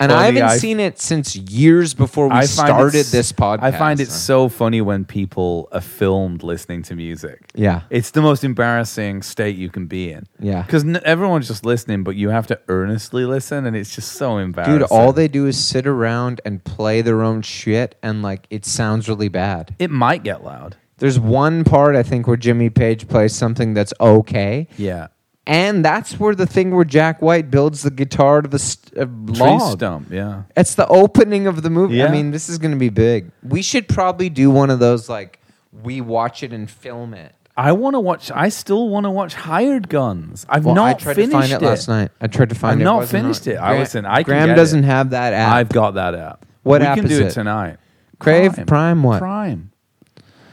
and I funny haven't seen it since years before we I find started it's- this podcast. I find it so funny when people are filmed listening to music. Yeah. It's the most embarrassing state you can be in. Yeah. Because n- everyone's just listening, but you have to earnestly listen, and it's just so embarrassing. Dude, all they do is sit around and play their own shit and like it sounds really bad. It might get loud. There's one part I think where Jimmy Page plays something that's okay. Yeah. And that's where the thing where Jack White builds the guitar to the st- uh, Tree log. stump, yeah. It's the opening of the movie. I Yeah. mean, this is going to be big. We should probably do one of those like we watch it and film it. I want to watch. I still want to watch Hired Guns. I've Well, not I tried to finished find it, last night. I tried to find I've it. not wasn't finished on- it. I- listen, I can Graham get it. doesn't have that app. I've got that app. What we app can is do it? it tonight? Crave, Prime, what? Prime.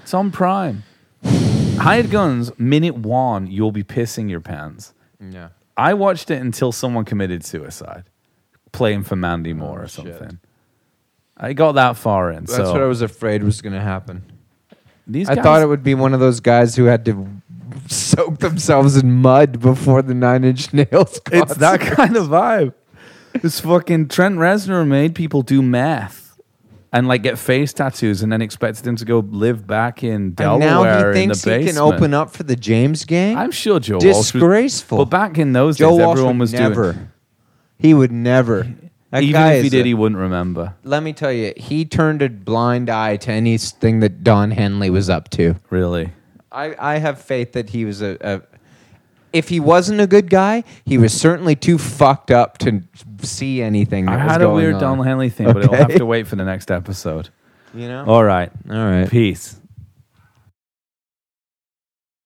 It's on Prime. Hired Guns. Minute one, you'll be pissing your pants. yeah. I watched it until someone committed suicide, playing for Mandy Moore or Oh, shit. something. I got that far in. That's so what I was afraid was going to happen. These I guys- thought it would be one of those guys who had to soak themselves in mud before the Nine Inch Nails. It's concert. that kind of vibe. This fucking Trent Reznor made people do meth and like get face tattoos and then expected them to go live back in And Delaware now he in the thinks basement. he can open up for the James Gang. I'm sure Joe Walsh was Disgraceful. But back in those Joe days, Walsh everyone would was never. doing. He would never. That Even guy if he is did, a- he wouldn't remember. let me tell you, he turned a blind eye to anything that Don Henley was up to. Really, I, I have faith that he was a, a. If he wasn't a good guy, he was certainly too fucked up to see anything. That I was had a going weird on. Donald Henley thing, but it'll Okay. have to wait for the next episode. You know. All right, All right. peace.